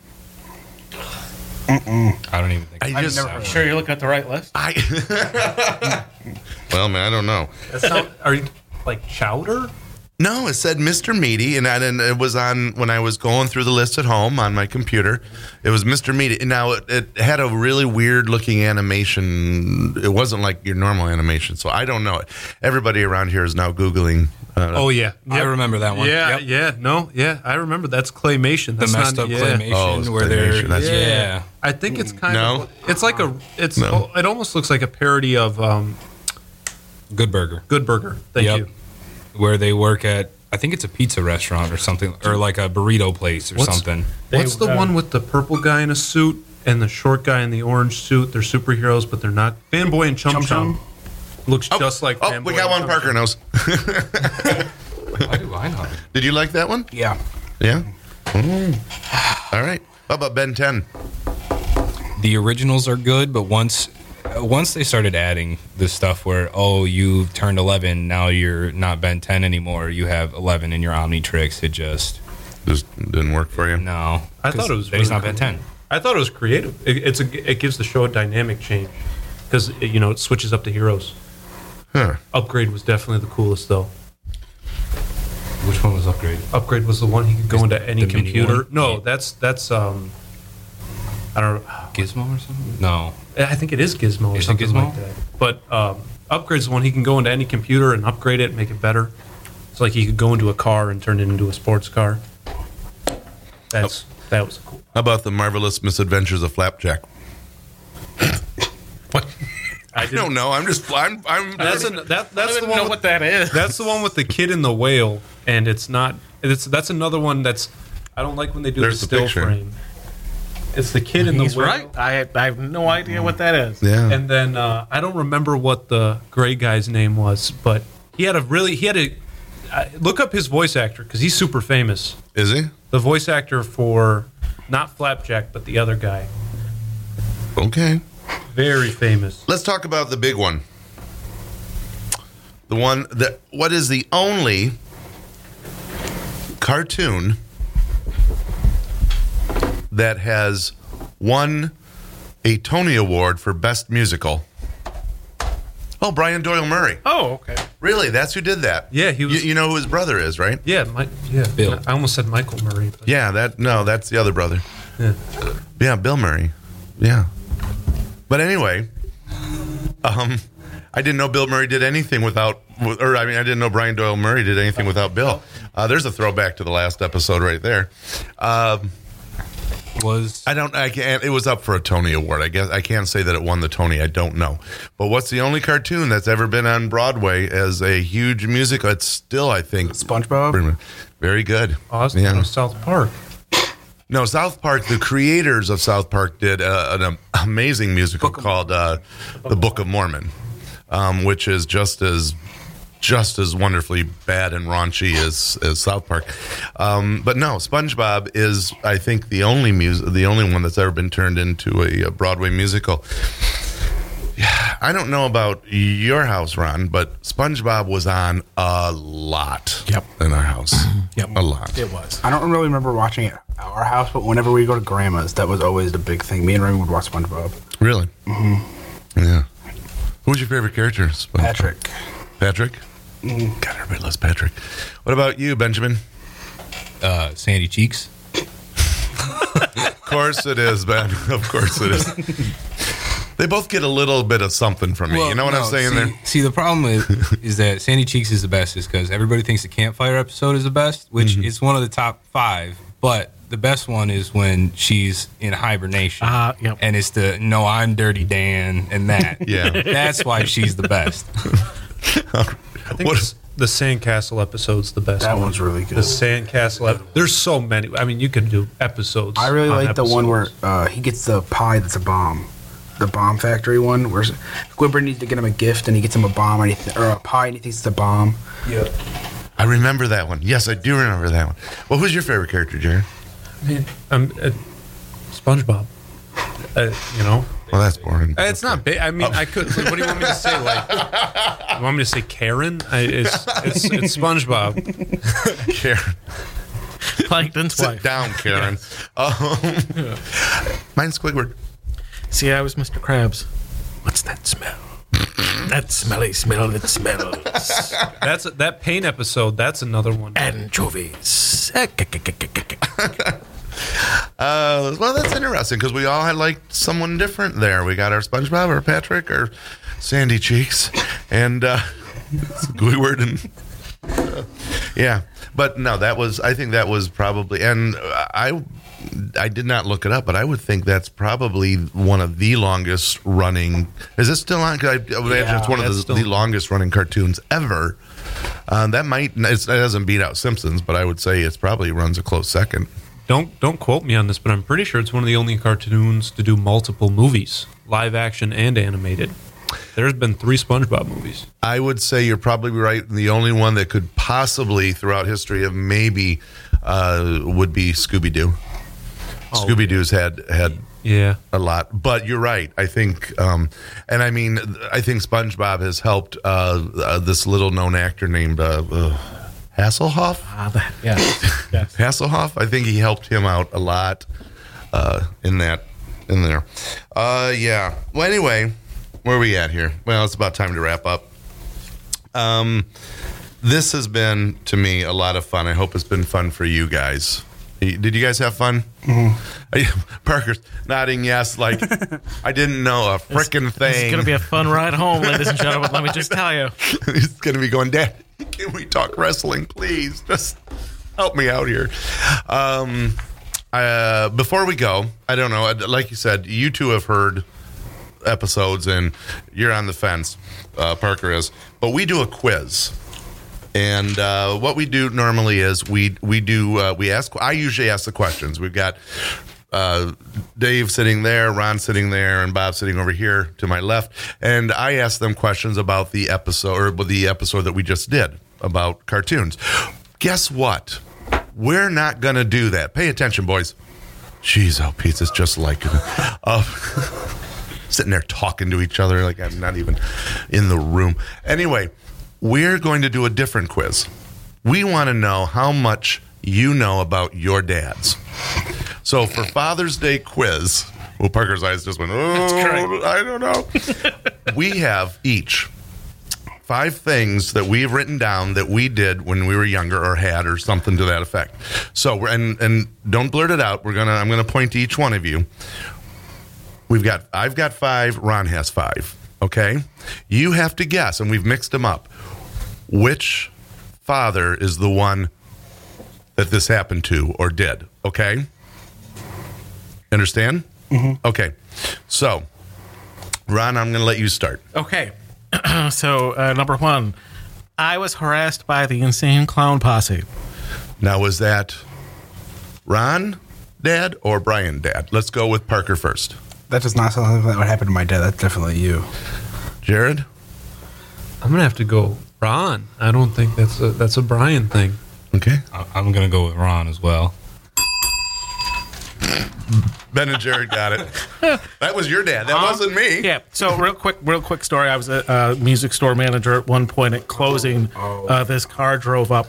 [SPEAKER 9] I don't even think.
[SPEAKER 1] I just.
[SPEAKER 3] never heard
[SPEAKER 2] Sure, you're looking at the right list.
[SPEAKER 1] I. well, man, I don't know.
[SPEAKER 4] that's not. Are you like chowder?
[SPEAKER 1] No, it said Mr. Meaty, and, I, didn't it was on when I was going through the list at home on my computer. It was Mr. Meaty. Now it, it had a really weird looking animation. It wasn't like your normal animation, so I don't know. Everybody around here is now googling. Uh,
[SPEAKER 4] Oh yeah,
[SPEAKER 9] I remember that one.
[SPEAKER 4] Yeah,
[SPEAKER 9] Yep.
[SPEAKER 4] yeah, no, yeah, I remember that's claymation.
[SPEAKER 9] the
[SPEAKER 4] That's
[SPEAKER 9] messed
[SPEAKER 4] not,
[SPEAKER 9] up
[SPEAKER 4] yeah.
[SPEAKER 9] claymation
[SPEAKER 1] Oh, it's
[SPEAKER 9] where they're
[SPEAKER 1] claymation, that's right.
[SPEAKER 9] yeah.
[SPEAKER 4] I think it's kind
[SPEAKER 1] No.
[SPEAKER 4] of it's like a it's
[SPEAKER 1] No.
[SPEAKER 4] oh, it almost looks like a parody of um,
[SPEAKER 9] Good Burger
[SPEAKER 4] Good Burger. Thank
[SPEAKER 9] Yep.
[SPEAKER 4] you.
[SPEAKER 9] where they work at. I think it's a pizza restaurant or something, or like a burrito place or
[SPEAKER 4] What's-
[SPEAKER 9] something.
[SPEAKER 4] What's the one with the purple guy in a suit and the short guy in the orange suit? They're superheroes, but they're not. Fanboy and Chum
[SPEAKER 3] Chum
[SPEAKER 4] Chum, looks just like.
[SPEAKER 1] Oh,
[SPEAKER 4] Fanboy
[SPEAKER 1] we got
[SPEAKER 4] and
[SPEAKER 1] one.
[SPEAKER 4] Chum
[SPEAKER 1] Parker
[SPEAKER 4] Chum.
[SPEAKER 1] knows.
[SPEAKER 9] Why do I not?
[SPEAKER 1] Did you like that one?
[SPEAKER 3] Yeah.
[SPEAKER 1] Yeah. Mm. All right. How about Ben Ten?
[SPEAKER 9] the originals are good, but once uh, once they started adding this stuff where oh you've turned 11 now you're not ben 10 anymore you have 11 in your omni tricks it just
[SPEAKER 1] Just didn't work for you.
[SPEAKER 9] no
[SPEAKER 4] I thought it was
[SPEAKER 9] he's
[SPEAKER 4] really
[SPEAKER 9] not ben
[SPEAKER 4] cool.
[SPEAKER 9] 10
[SPEAKER 4] I thought it was creative. It, it's a it gives the show a dynamic change because you know it switches up the heroes.
[SPEAKER 1] Huh.
[SPEAKER 4] Upgrade was definitely the coolest though.
[SPEAKER 9] which one was upgraded
[SPEAKER 4] Upgrade was the one he could go into any
[SPEAKER 9] the mini
[SPEAKER 4] computer.
[SPEAKER 9] one?
[SPEAKER 4] No, that's that's um. I don't. know.
[SPEAKER 9] gizmo or something no
[SPEAKER 4] I think it is Gizmo or
[SPEAKER 9] Is it
[SPEAKER 4] something
[SPEAKER 9] Gizmo?
[SPEAKER 4] like that. But um, upgrade's the one he can go into any computer and upgrade it, make it better. It's like he could go into a car and turn it into a sports car. That's that was cool.
[SPEAKER 1] How about the marvelous misadventures of Flapjack?
[SPEAKER 4] I,
[SPEAKER 1] I don't know. I'm just. I'm. I'm.
[SPEAKER 4] That's an, that, that's the one. With,
[SPEAKER 2] that is.
[SPEAKER 4] that's the one with the kid and the whale, and it's not. It's that's another one that's. I don't like when they do
[SPEAKER 1] There's the
[SPEAKER 4] the still
[SPEAKER 1] picture.
[SPEAKER 4] frame. It's the kid and the
[SPEAKER 2] He's
[SPEAKER 4] whale.
[SPEAKER 2] right. I, I have no idea what that is.
[SPEAKER 1] yeah.
[SPEAKER 4] And then uh, I don't remember what the gray guy's name was, but he had a really he had a uh, look up his voice actor because he's super famous.
[SPEAKER 1] Is he?
[SPEAKER 4] The voice actor for not Flapjack, but the other guy,
[SPEAKER 1] Okay.
[SPEAKER 4] very famous.
[SPEAKER 1] Let's talk about the big one. The one that. What is the only cartoon that has won a Tony Award for Best Musical? Oh, Brian Doyle Murray.
[SPEAKER 2] Oh, okay.
[SPEAKER 1] Really? That's who did that?
[SPEAKER 4] Yeah, he was-
[SPEAKER 1] You, you know who his brother is, right?
[SPEAKER 4] Yeah, Mike. Yeah,
[SPEAKER 9] Bill.
[SPEAKER 4] I almost said Michael Murray. But
[SPEAKER 1] Yeah, that no, that's the other brother.
[SPEAKER 4] Yeah.
[SPEAKER 1] Yeah, Bill Murray. Yeah. But anyway, um I didn't know Bill Murray did anything without or I mean I didn't know Brian Doyle Murray did anything without Bill. Uh, there's a throwback to the last episode right there. Um,
[SPEAKER 9] was
[SPEAKER 1] I don't. I can't. It was up for a Tony Award. I guess I can't say that it won the Tony. I don't know. But what's the only cartoon that's ever been on Broadway as a huge musical? It's still, I think,
[SPEAKER 3] SpongeBob.
[SPEAKER 1] Very good.
[SPEAKER 4] Austin
[SPEAKER 1] Yeah.
[SPEAKER 4] from South Park.
[SPEAKER 1] No, South Park. The creators of South Park did uh, an am- amazing musical called uh, "The Book of Mormon," um, which is just as just as wonderfully bad and raunchy as, as South Park. Um, but no, SpongeBob is, I think, the only mus- the only one that's ever been turned into a, a Broadway musical. Yeah, I don't know about your house, Ron, but SpongeBob was on a lot
[SPEAKER 2] Yep.
[SPEAKER 1] in our house.
[SPEAKER 2] Yep.
[SPEAKER 1] a lot.
[SPEAKER 2] It was.
[SPEAKER 3] I don't really remember watching it at our house, but whenever we go to grandma's, that was always the big thing. Me and Raymond would watch SpongeBob.
[SPEAKER 1] Really? Mm-hmm. Yeah. Who's your favorite character? SpongeBob?
[SPEAKER 3] Patrick.
[SPEAKER 1] Patrick. God, everybody loves Patrick. What about you, Benjamin?
[SPEAKER 9] Uh, Sandy Cheeks.
[SPEAKER 1] Of course it is, Ben. Of course it is. they both get a little bit of something from me. you know what I'm
[SPEAKER 9] no,
[SPEAKER 1] saying
[SPEAKER 9] see,
[SPEAKER 1] there?
[SPEAKER 9] See, the problem is, is that Sandy Cheeks is the best, is because everybody thinks the campfire episode is the best, which
[SPEAKER 1] Mm-hmm.
[SPEAKER 9] is one of the top five. But the best one is when she's in hibernation,
[SPEAKER 2] Ah, yep.
[SPEAKER 9] and it's the no, I'm Dirty Dan, and that.
[SPEAKER 1] Yeah.
[SPEAKER 9] that's why she's the best.
[SPEAKER 4] I think
[SPEAKER 1] What-
[SPEAKER 4] the s- the Sandcastle episode's the best.
[SPEAKER 3] That
[SPEAKER 4] one.
[SPEAKER 3] one's really
[SPEAKER 4] The
[SPEAKER 3] good.
[SPEAKER 4] Sandcastle. Ep- There's so many. I mean, you can do episodes.
[SPEAKER 3] I really
[SPEAKER 4] on
[SPEAKER 3] like the one where
[SPEAKER 4] episodes.
[SPEAKER 3] uh, he gets the pie that's a bomb. The bomb factory one, where Squidward needs to get him a gift, and he gets him a bomb, or, he th- or a pie, and he thinks it's a bomb.
[SPEAKER 1] I remember that one. Yes, I do remember that one. Well, who's your favorite character, Jared?
[SPEAKER 4] Um, uh, SpongeBob. Uh, you know,
[SPEAKER 1] Well, that's boring.
[SPEAKER 4] Uh, It's not big. I mean, I could. What do you want me to say? Like, you want me to say Karen? I, it's, it's it's SpongeBob.
[SPEAKER 1] Karen.
[SPEAKER 2] Plankton's
[SPEAKER 1] Sit
[SPEAKER 2] wife.
[SPEAKER 1] down, Karen. Um, mine's Squidward.
[SPEAKER 2] See, I was Mr. Krabs. What's that smell? that smelly smell that smells.
[SPEAKER 4] That's that pain episode. That's another one.
[SPEAKER 2] Anchovies.
[SPEAKER 1] Uh, well, that's interesting because we all had like someone different there. We got our SpongeBob or Patrick or Sandy Cheeks and uh, Squidward and yeah. But no, that was I think that was probably and I I did not look it up, but I would think that's probably one of the longest running. Is this still on? 'Cause I, I would imagine it's one of
[SPEAKER 4] that's
[SPEAKER 1] the,
[SPEAKER 4] still-
[SPEAKER 1] the longest running cartoons ever. Uh, that might it's, it doesn't beat out Simpsons, but I would say it's probably runs a close second.
[SPEAKER 4] Don't don't quote me on this, but I'm pretty sure it's one of the only cartoons to do multiple movies, live action and animated. There's been three SpongeBob movies.
[SPEAKER 1] I would say you're probably right. The only one that could possibly, throughout history, of maybe uh, would be Scooby Doo. Scooby Doo's had had
[SPEAKER 4] Yeah,
[SPEAKER 1] a lot, but you're right. I think, um, and I mean, I think SpongeBob has helped uh, uh, this little known actor named uh, uh, Hasselhoff.
[SPEAKER 2] Ah, yeah.
[SPEAKER 1] Hasselhoff. I think he helped him out a lot uh, in that in there. Uh, yeah. Well, anyway, where are we at here? Well, it's about time to wrap up. Um, this has been to me a lot of fun. I hope it's been fun for you guys. Y- Did you guys have fun? Are you- Parker's nodding yes, like I didn't know a freaking thing.
[SPEAKER 2] It's going to be a fun ride home, ladies and gentlemen. Let me just tell you.
[SPEAKER 1] He's going to be going, Dad, can we talk wrestling, please? Just help me out here. Um, uh, before we go, I don't know. I'd- Like you said, you two have heard episodes and you're on the fence, uh, Parker is. But we do a quiz. And uh, what we do normally is we we do uh, we ask. I usually ask the questions. We've got uh, Dave sitting there, Ron sitting there, and Bob sitting over here to my left. And I ask them questions about the episode or the episode that we just did about cartoons. Guess what? We're not gonna do that. Pay attention, boys. Jeez, oh, pizza's just like uh, sitting there talking to each other like I'm not even in the room. Anyway, we're going to do a different quiz. We want to know how much you know about your dads. So for Father's Day quiz, well, Parker's eyes just went, oh, I don't know. we have each five things that we've written down that we did when we were younger or had or something to that effect. So we're, and, and don't blurt it out. We're going to, I'm going to point to each one of you. We've got I've got five, Ron has five. Okay? You have to guess, and we've mixed them up. Which father is the one that this happened to or did? Okay? Understand? Okay. So, Ron, I'm gonna let you start.
[SPEAKER 2] Okay. so, uh, number one, I was harassed by the insane clown posse.
[SPEAKER 1] Now was that Ron dad or Brian dad? Let's go with Parker first.
[SPEAKER 3] That does not sound like something that would happen to my dad. That's definitely you.
[SPEAKER 1] Jared?
[SPEAKER 4] I'm gonna have to go Ron. I don't think that's a that's a Brian thing.
[SPEAKER 1] Okay.
[SPEAKER 9] I- I'm gonna go with Ron as well.
[SPEAKER 1] Ben and Jared got it. That was your dad. That wasn't me.
[SPEAKER 2] Yeah. So real quick, real quick story. I was a uh, music store manager at one point. At closing, uh, this car drove up,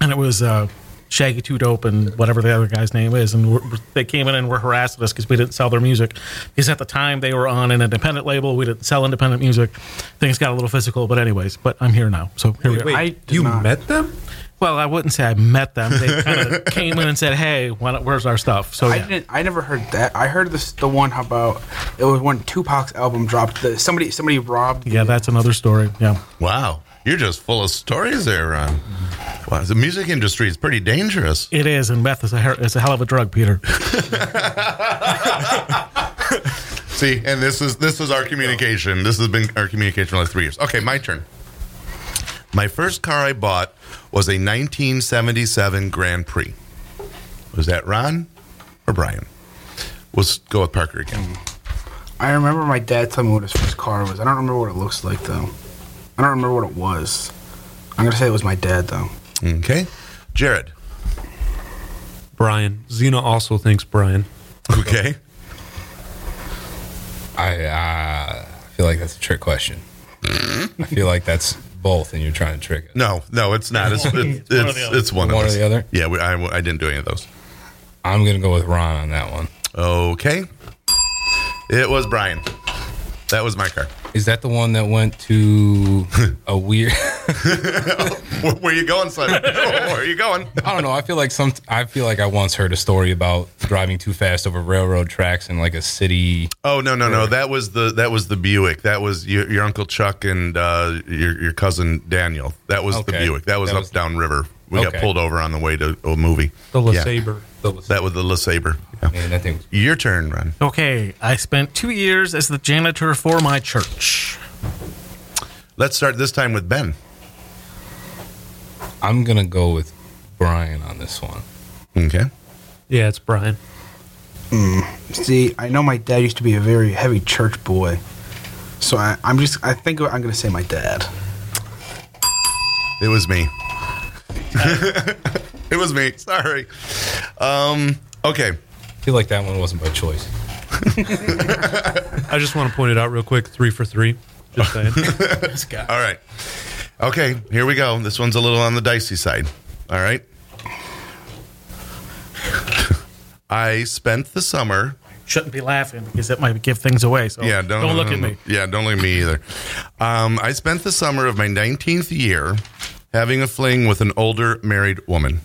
[SPEAKER 2] and it was uh, Shaggy Two Dope and whatever the other guy's name is, and we're, they came in and were harassing us because we didn't sell their music. Because at the time they were on an independent label, we didn't sell independent music. Things got a little physical, but anyways. But I'm here now, so here we go.
[SPEAKER 4] Wait,
[SPEAKER 3] I did
[SPEAKER 4] you
[SPEAKER 3] not.
[SPEAKER 4] met them?
[SPEAKER 2] Well, I wouldn't say I met them. They kind of came in and said, "Hey, why not, where's our stuff?" So
[SPEAKER 3] I
[SPEAKER 2] yeah.
[SPEAKER 3] didn't. I never heard that. I heard this the one about it was when Tupac's album dropped. The, somebody somebody robbed.
[SPEAKER 2] yeah, that's another story. Yeah.
[SPEAKER 1] Wow. You're just full of stories there, Ron. Wow. The music industry is pretty dangerous.
[SPEAKER 2] It is, and meth is a her- is a hell of a drug, Peter.
[SPEAKER 1] See, and this is this is our communication. This has been our communication for like three years. Okay, my turn. My first car I bought was a 1977 Grand Prix. Was that Ron or Brian? Let's go with Parker again.
[SPEAKER 3] I remember my dad telling me what his first car was. I don't remember what it looks like though. I don't remember what it was. I'm gonna say it was my dad though.
[SPEAKER 1] Okay, Jared.
[SPEAKER 4] Brian. Xena also thinks Brian.
[SPEAKER 1] Okay,
[SPEAKER 9] I uh, feel like that's a trick question. I feel like that's both, and you're trying to trick it.
[SPEAKER 1] no, no, it's not. It's it's it's, it's one,
[SPEAKER 9] One or
[SPEAKER 1] of those.
[SPEAKER 9] the other?
[SPEAKER 1] Yeah, we, I, I didn't do any of those.
[SPEAKER 9] I'm gonna go with Ron on that one.
[SPEAKER 1] Okay, it was Brian. That was my car.
[SPEAKER 9] Is that the one that went to a weird?
[SPEAKER 1] Where, where you going, son? Oh, Where are you going?
[SPEAKER 9] I don't know. I feel like some. I feel like I once heard a story about driving too fast over railroad tracks in like a city.
[SPEAKER 1] Oh no no no! That was the that was the Buick. That was your, your uncle Chuck and uh, your your cousin Daniel. That was the
[SPEAKER 9] Okay.
[SPEAKER 1] Buick. That was
[SPEAKER 9] That
[SPEAKER 1] up
[SPEAKER 9] was-
[SPEAKER 1] down river. We got
[SPEAKER 9] Okay.
[SPEAKER 1] pulled over on the way to a movie.
[SPEAKER 4] The
[SPEAKER 1] Yeah.
[SPEAKER 4] LeSabre.
[SPEAKER 1] That was the LeSabre. Yeah.
[SPEAKER 9] Man, that thing. was-
[SPEAKER 1] Your turn, Ron.
[SPEAKER 2] Okay, I spent two years as the janitor for my church.
[SPEAKER 1] Let's start this time with Ben.
[SPEAKER 9] I'm gonna go with Brian on this one.
[SPEAKER 1] Okay.
[SPEAKER 4] Yeah, it's Brian.
[SPEAKER 3] See, I know my dad used to be a very heavy church boy, so I, I'm just. I think I'm gonna say my dad.
[SPEAKER 1] It was me. it was me. Sorry. Um. Okay.
[SPEAKER 9] I feel like that one wasn't by choice.
[SPEAKER 4] I just want to point it out real quick. Three for three. Just saying.
[SPEAKER 1] All right. Okay. Here we go. This one's a little on the dicey side. All right. I spent the summer
[SPEAKER 2] Shouldn't be laughing because that might give things away. So
[SPEAKER 1] Yeah, don't,
[SPEAKER 2] look
[SPEAKER 1] no,
[SPEAKER 2] at
[SPEAKER 1] no.
[SPEAKER 2] me.
[SPEAKER 1] Yeah, don't look at me either. Um, I spent the summer of my 19th year having a fling with an older married woman.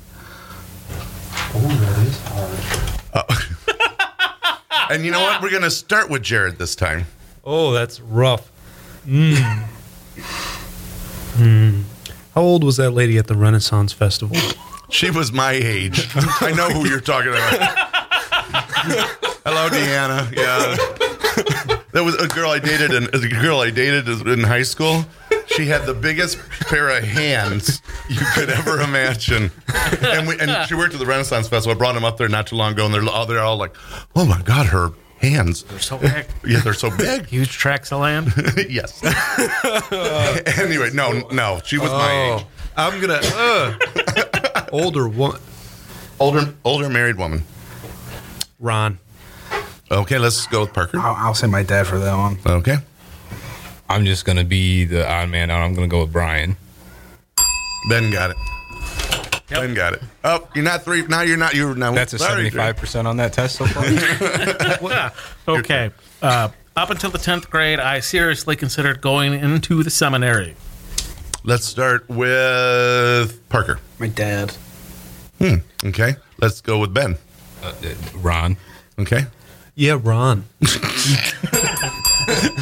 [SPEAKER 1] Oh, that is hard. and you know what? We're going to start with Jared this time.
[SPEAKER 4] oh, that's rough. Mm. Hmm. How old was that lady at the Renaissance Festival?
[SPEAKER 1] She was my age. I know who you're talking about. Hello, Deanna. Yeah. That was a girl I dated in a girl I dated in high school. She had the biggest pair of hands you could ever imagine, and we and she worked at the Renaissance Festival. I brought them up there not too long ago, and they're all they're all like, "Oh my God, her hands!
[SPEAKER 2] So heck,
[SPEAKER 1] Yeah, they're so big."
[SPEAKER 2] huge tracts of land.
[SPEAKER 1] yes. anyway, no, no, she was my age.
[SPEAKER 4] I'm gonna uh, older one.
[SPEAKER 1] Older, older married woman.
[SPEAKER 4] Ron.
[SPEAKER 1] Okay, let's go with Parker.
[SPEAKER 3] I'll, I'll say my dad for that one.
[SPEAKER 1] Okay.
[SPEAKER 9] I'm just gonna be the odd man out. I'm gonna go with Brian.
[SPEAKER 1] Ben got it. Ben got it. Oh, you're not three. Now you're not. You're now.
[SPEAKER 9] That's a
[SPEAKER 1] Sorry,
[SPEAKER 9] seventy-five percent on that test so far. Uh,
[SPEAKER 2] Okay, uh, up until the tenth grade, I seriously considered going into the seminary.
[SPEAKER 1] Jared. Let's start with Parker.
[SPEAKER 3] My dad.
[SPEAKER 1] Okay. Let's go with Ben.
[SPEAKER 9] Uh, Ron.
[SPEAKER 1] Okay.
[SPEAKER 4] Yeah, Ron.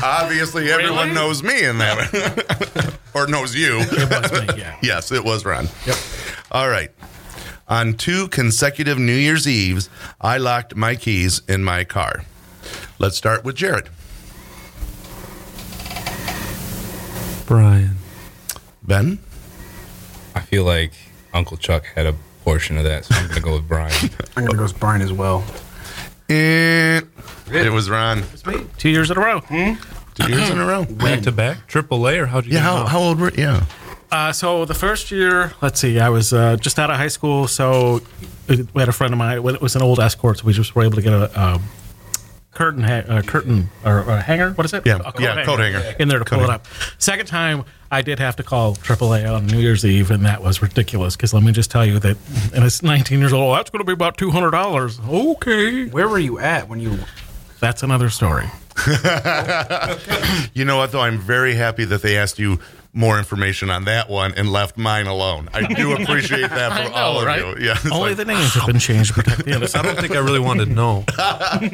[SPEAKER 1] Obviously, everyone knows me in that, or knows you.
[SPEAKER 2] That's me, yeah.
[SPEAKER 1] yes, it was Ron. Yep. All right. On two consecutive New Year's Eves, I locked my keys in my car. Let's start with Jared.
[SPEAKER 4] Brian.
[SPEAKER 1] Ben.
[SPEAKER 9] I feel like Uncle Chuck had a portion of that, so I'm gonna go with Brian.
[SPEAKER 3] I'm gonna go with Brian as well.
[SPEAKER 1] Eh, It was Ron.
[SPEAKER 2] Two years in a row.
[SPEAKER 1] Two years in a row.
[SPEAKER 4] Back to back. Triple A or how'd you
[SPEAKER 1] Yeah.
[SPEAKER 4] get
[SPEAKER 1] How,
[SPEAKER 4] off?
[SPEAKER 1] how old were? Yeah.
[SPEAKER 2] Uh, so the first year, let's see, I was uh, just out of high school, so we had a friend of mine. It was an old escort, so we just were able to get a. Um, Curtain, ha- uh, curtain, or, or hanger? What is it?
[SPEAKER 1] Yeah.
[SPEAKER 2] A
[SPEAKER 1] Yeah, coat hanger.
[SPEAKER 2] In there to pull
[SPEAKER 1] Coat
[SPEAKER 2] it up. Second time, I did have to call AAA on New Year's Eve, and that was ridiculous. Because let me just tell you that, and it's 19 years old. That's going to be about 200 dollars. Okay,
[SPEAKER 3] Where were you at when you?
[SPEAKER 2] that's another story.
[SPEAKER 1] You know what, though? I'm very happy that they asked you more information on that one and left mine alone. I do appreciate that from all of you. Yeah. it's
[SPEAKER 2] Only
[SPEAKER 1] like,
[SPEAKER 2] the names have been changed to protect the
[SPEAKER 4] I
[SPEAKER 2] innocent.
[SPEAKER 4] don't think I really wanted to know.
[SPEAKER 1] uh,
[SPEAKER 2] Is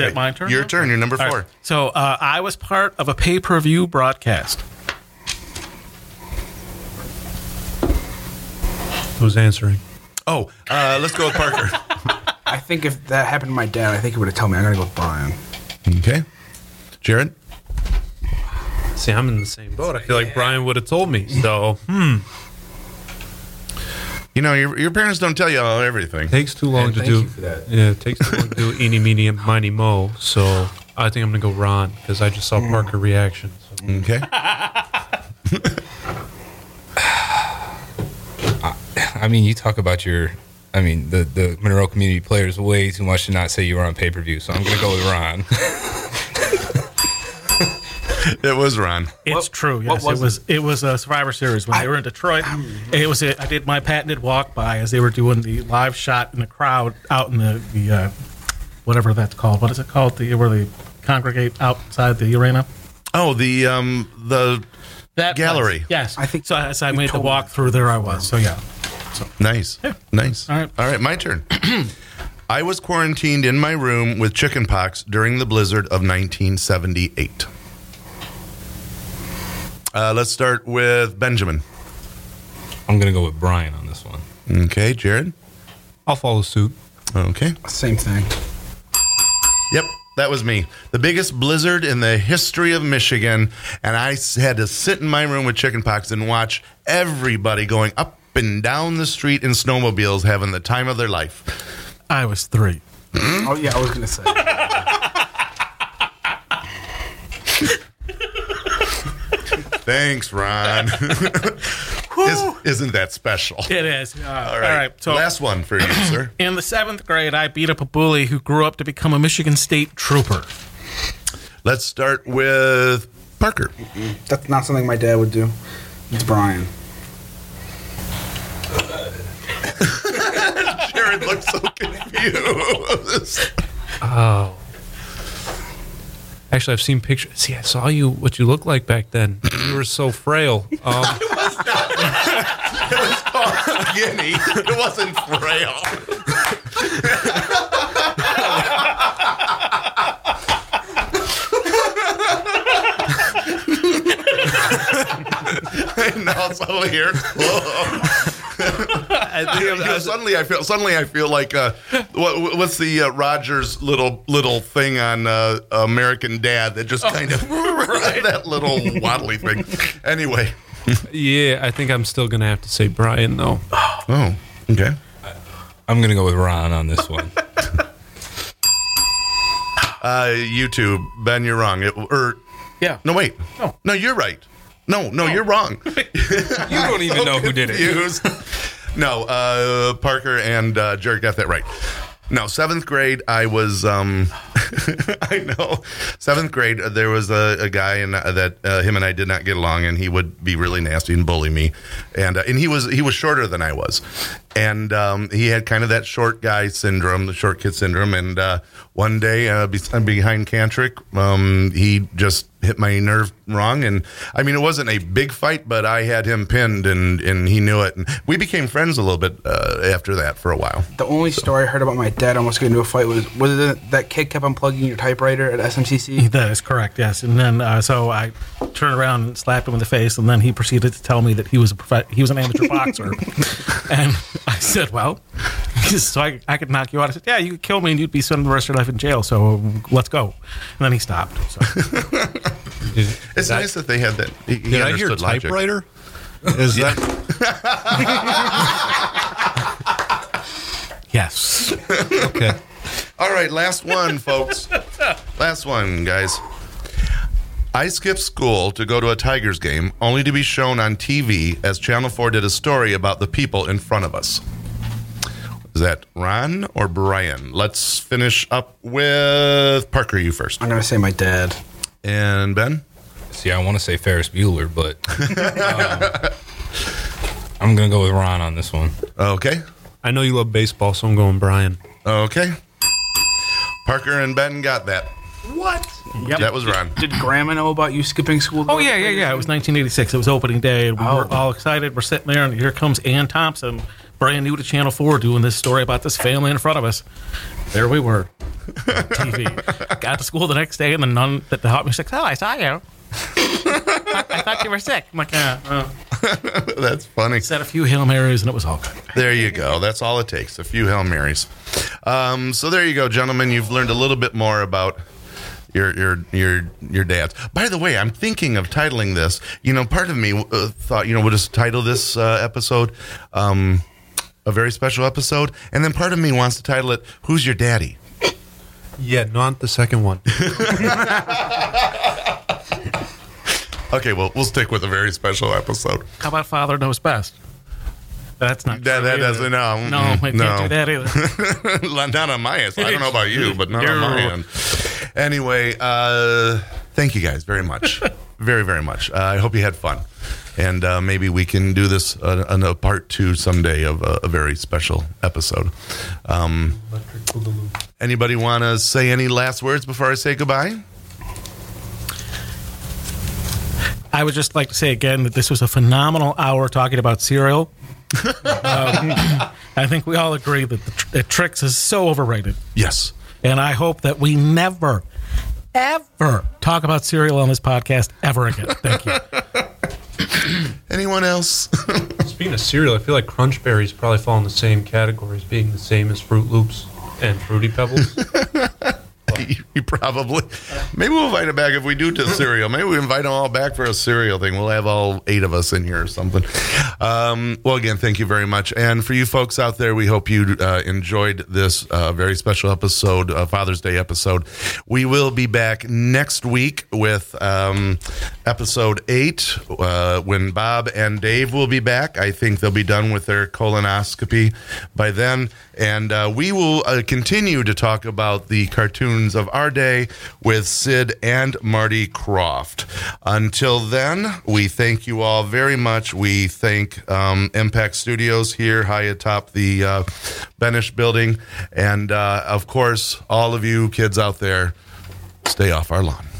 [SPEAKER 1] okay.
[SPEAKER 2] it my turn
[SPEAKER 1] Your
[SPEAKER 2] now?
[SPEAKER 1] turn. You're number four.
[SPEAKER 2] So uh, I was part of a pay per view broadcast.
[SPEAKER 4] Who's answering?
[SPEAKER 1] Oh, uh, let's go with Parker.
[SPEAKER 3] I think if that happened to my dad, I think he would have told me. I'm gonna go with Brian.
[SPEAKER 1] okay. Jared?
[SPEAKER 4] See, I'm in the same boat. I feel like Brian would have told me. So
[SPEAKER 1] You know, your, your parents don't tell you all everything.
[SPEAKER 4] takes too long
[SPEAKER 9] And
[SPEAKER 4] to
[SPEAKER 9] thank
[SPEAKER 4] do.
[SPEAKER 9] you for that.
[SPEAKER 4] Yeah, it takes too long to do eeny, meeny, miny, mo. So I think I'm gonna go Ron because I just saw Parker reaction. So.
[SPEAKER 1] Okay.
[SPEAKER 9] I mean, you talk about your, I mean, the the Monroe community players way too much to not say you were on pay per view. So I'm gonna go with Ron.
[SPEAKER 1] it was Ron.
[SPEAKER 2] It's
[SPEAKER 3] What-
[SPEAKER 2] true.
[SPEAKER 3] what
[SPEAKER 2] Yes,
[SPEAKER 3] was
[SPEAKER 2] it was. It was a Survivor Series when they were in Detroit. It was. A, I did my patented walk by as they were doing the live shot in the crowd out in the the uh, whatever that's called. What is it called? The where they congregate outside the arena.
[SPEAKER 1] Oh, the um the
[SPEAKER 2] That place.
[SPEAKER 1] Gallery.
[SPEAKER 2] Yes,
[SPEAKER 3] I think
[SPEAKER 2] so. As I
[SPEAKER 3] you
[SPEAKER 2] made the
[SPEAKER 3] told me.
[SPEAKER 2] walk through, there I was. So yeah.
[SPEAKER 1] nice. Nice.
[SPEAKER 2] All right.
[SPEAKER 1] All right, my turn. I was quarantined in my room with chickenpox during the blizzard of 1978. Uh, let's start with Benjamin.
[SPEAKER 9] I'm gonna go with Brian on this one.
[SPEAKER 1] Okay, Jared.
[SPEAKER 4] I'll follow suit.
[SPEAKER 1] Okay.
[SPEAKER 3] Same thing.
[SPEAKER 1] Yep, that was me. The biggest blizzard in the history of Michigan. And I s- had to sit in my room with chickenpox and watch everybody going up and down the street in snowmobiles having the time of their life.
[SPEAKER 2] I was three. Hmm?
[SPEAKER 3] Oh yeah, I was gonna say.
[SPEAKER 1] Thanks, Ron. Is, not that special?
[SPEAKER 2] It is. Uh, all, right.
[SPEAKER 1] All
[SPEAKER 2] So
[SPEAKER 1] last one for you, sir.
[SPEAKER 2] in the seventh grade, I beat up a bully who grew up to become a Michigan State trooper.
[SPEAKER 1] Let's start with Parker.
[SPEAKER 3] That's not something my dad would do. It's Brian.
[SPEAKER 1] Jared looks so confused.
[SPEAKER 4] Oh. Actually, I've seen pictures. See, I saw you what you looked like back then. You were so frail. Um,
[SPEAKER 1] Guinea. It wasn't frail. and now it's over here. You know, suddenly, I feel suddenly I feel like uh, what, what's the uh, Rogers little little thing on uh, American Dad that just kind of that little waddly thing. Anyway,
[SPEAKER 4] yeah, I think I'm still gonna have to say Brian though.
[SPEAKER 1] oh okay,
[SPEAKER 9] I'm gonna go with Ron on this one.
[SPEAKER 1] uh, you two, Ben, you're wrong. It, or
[SPEAKER 2] Yeah.
[SPEAKER 1] No, wait. No. you're right. No, no, you're wrong.
[SPEAKER 9] you don't even know who did it.
[SPEAKER 1] Confused. no, uh, Parker and uh, Jared got that right. No, seventh grade, I was, um, I know, seventh grade, uh, there was a, a guy and uh, that uh, him and I did not get along, and he would be really nasty and bully me, and uh, and he was he was shorter than I was, and um, he had kind of that short guy syndrome, the short kid syndrome, and uh, one day uh, be- behind Cantrick, um, he just hit my nerve wrong and I mean it wasn't a big fight but I had him pinned and and he knew it and we became friends a little bit uh, after that for a while
[SPEAKER 3] The only story I heard about my dad almost getting into a fight was was it that kid kept unplugging your typewriter at SMCC.
[SPEAKER 2] That is correct, yes. And then, uh, so I turned around and slapped him in the face, and then he proceeded to tell me that he was a prof- he was an amateur boxer. And I said, "Well," he says, so I, I could knock you out. I said, "Yeah, you could kill me, and you'd be spending the rest of your life in jail." So let's go. And then he stopped. So.
[SPEAKER 1] it's nice that they had that he, he
[SPEAKER 4] Did I hear
[SPEAKER 1] understood logic.
[SPEAKER 4] typewriter? Is that
[SPEAKER 2] yes,
[SPEAKER 4] okay?
[SPEAKER 1] all right last one folks last one guys I skipped school to go to a Tigers game, only to be shown on TV as Channel 4 did a story about the people in front of us. Is that Ron or Brian? Let's finish up with Parker, you first.
[SPEAKER 3] I'm gonna say my dad.
[SPEAKER 1] And Ben?
[SPEAKER 9] See, I want to say Ferris Bueller, but um, I'm going to go with Ron on this one.
[SPEAKER 1] Okay.
[SPEAKER 4] I know you love baseball, so I'm going Brian.
[SPEAKER 1] Okay. Parker and Ben got that.
[SPEAKER 3] What? Yep.
[SPEAKER 1] That was Ron.
[SPEAKER 3] Did Grandma know about you skipping school?
[SPEAKER 2] Oh yeah, yeah, yeah. It was 1986. It was opening day. and We were
[SPEAKER 1] Oh.
[SPEAKER 2] all excited. We're sitting there, and here comes Ann Thompson, brand new to Channel Four, doing this story about this family in front of us. There we were, on TV. Got to school the next day, and the nun that the hot music's, "Oh, I saw you. I, I thought you were sick." I'm like, "Yeah." uh."
[SPEAKER 1] That's funny.
[SPEAKER 2] Said a few hail marys, and it was all good.
[SPEAKER 1] There you go. That's all it takes. A few Hail Marys. Um, so there you go, gentlemen. You've learned a little bit more about your your your your dads. By the way, I'm thinking of titling this. You know, part of me uh, thought, you know, we'll just title this uh, episode um, a very special episode, and then part of me wants to title it "Who's Your Daddy."
[SPEAKER 4] Yeah, not the second one.
[SPEAKER 1] Okay, well, we'll stick with a very special episode.
[SPEAKER 2] How about Father Knows Best? That's not.
[SPEAKER 1] That-
[SPEAKER 2] true
[SPEAKER 1] that
[SPEAKER 2] either.
[SPEAKER 1] doesn't- no,
[SPEAKER 2] No,
[SPEAKER 1] mm,
[SPEAKER 2] I can't
[SPEAKER 1] no.
[SPEAKER 2] do that either.
[SPEAKER 1] not on my end. I don't know about you, but not on my
[SPEAKER 2] No.
[SPEAKER 1] end. Anyway, uh, thank you guys very much. very, very much. Uh, I hope you had fun. And uh, maybe we can do this uh, on a part two someday of a, a very special episode. Um, anybody want to say any last words before I say goodbye?
[SPEAKER 2] I would just like to say again that this was a phenomenal hour talking about cereal. Um, I think we all agree that, the tr- that Trix is so overrated.
[SPEAKER 1] Yes.
[SPEAKER 2] And I hope that we never, ever talk about cereal on this podcast ever again. Thank you.
[SPEAKER 1] Anyone else?
[SPEAKER 4] Speaking of cereal, I feel like Crunch Berries probably fall in the same category as being the same as Fruit Loops and Fruity Pebbles.
[SPEAKER 1] you probably. Maybe we'll invite it back if we do to cereal. Maybe we invite them all back for a cereal thing. We'll have all eight of us in here or something. Um, well, again, thank you very much. And for you folks out there, we hope you uh, enjoyed this uh, very special episode, uh, Father's Day episode. We will be back next week with um, episode eight uh, when Bob and Dave will be back. I think they'll be done with their colonoscopy by then. And uh, we will uh, continue to talk about the cartoons of our day with Sid and Marty Croft. Until then, we thank you all very much. We thank um, Impact Studios here high atop the uh, Benish building. And uh, of course, all of you kids out there, stay off our lawn.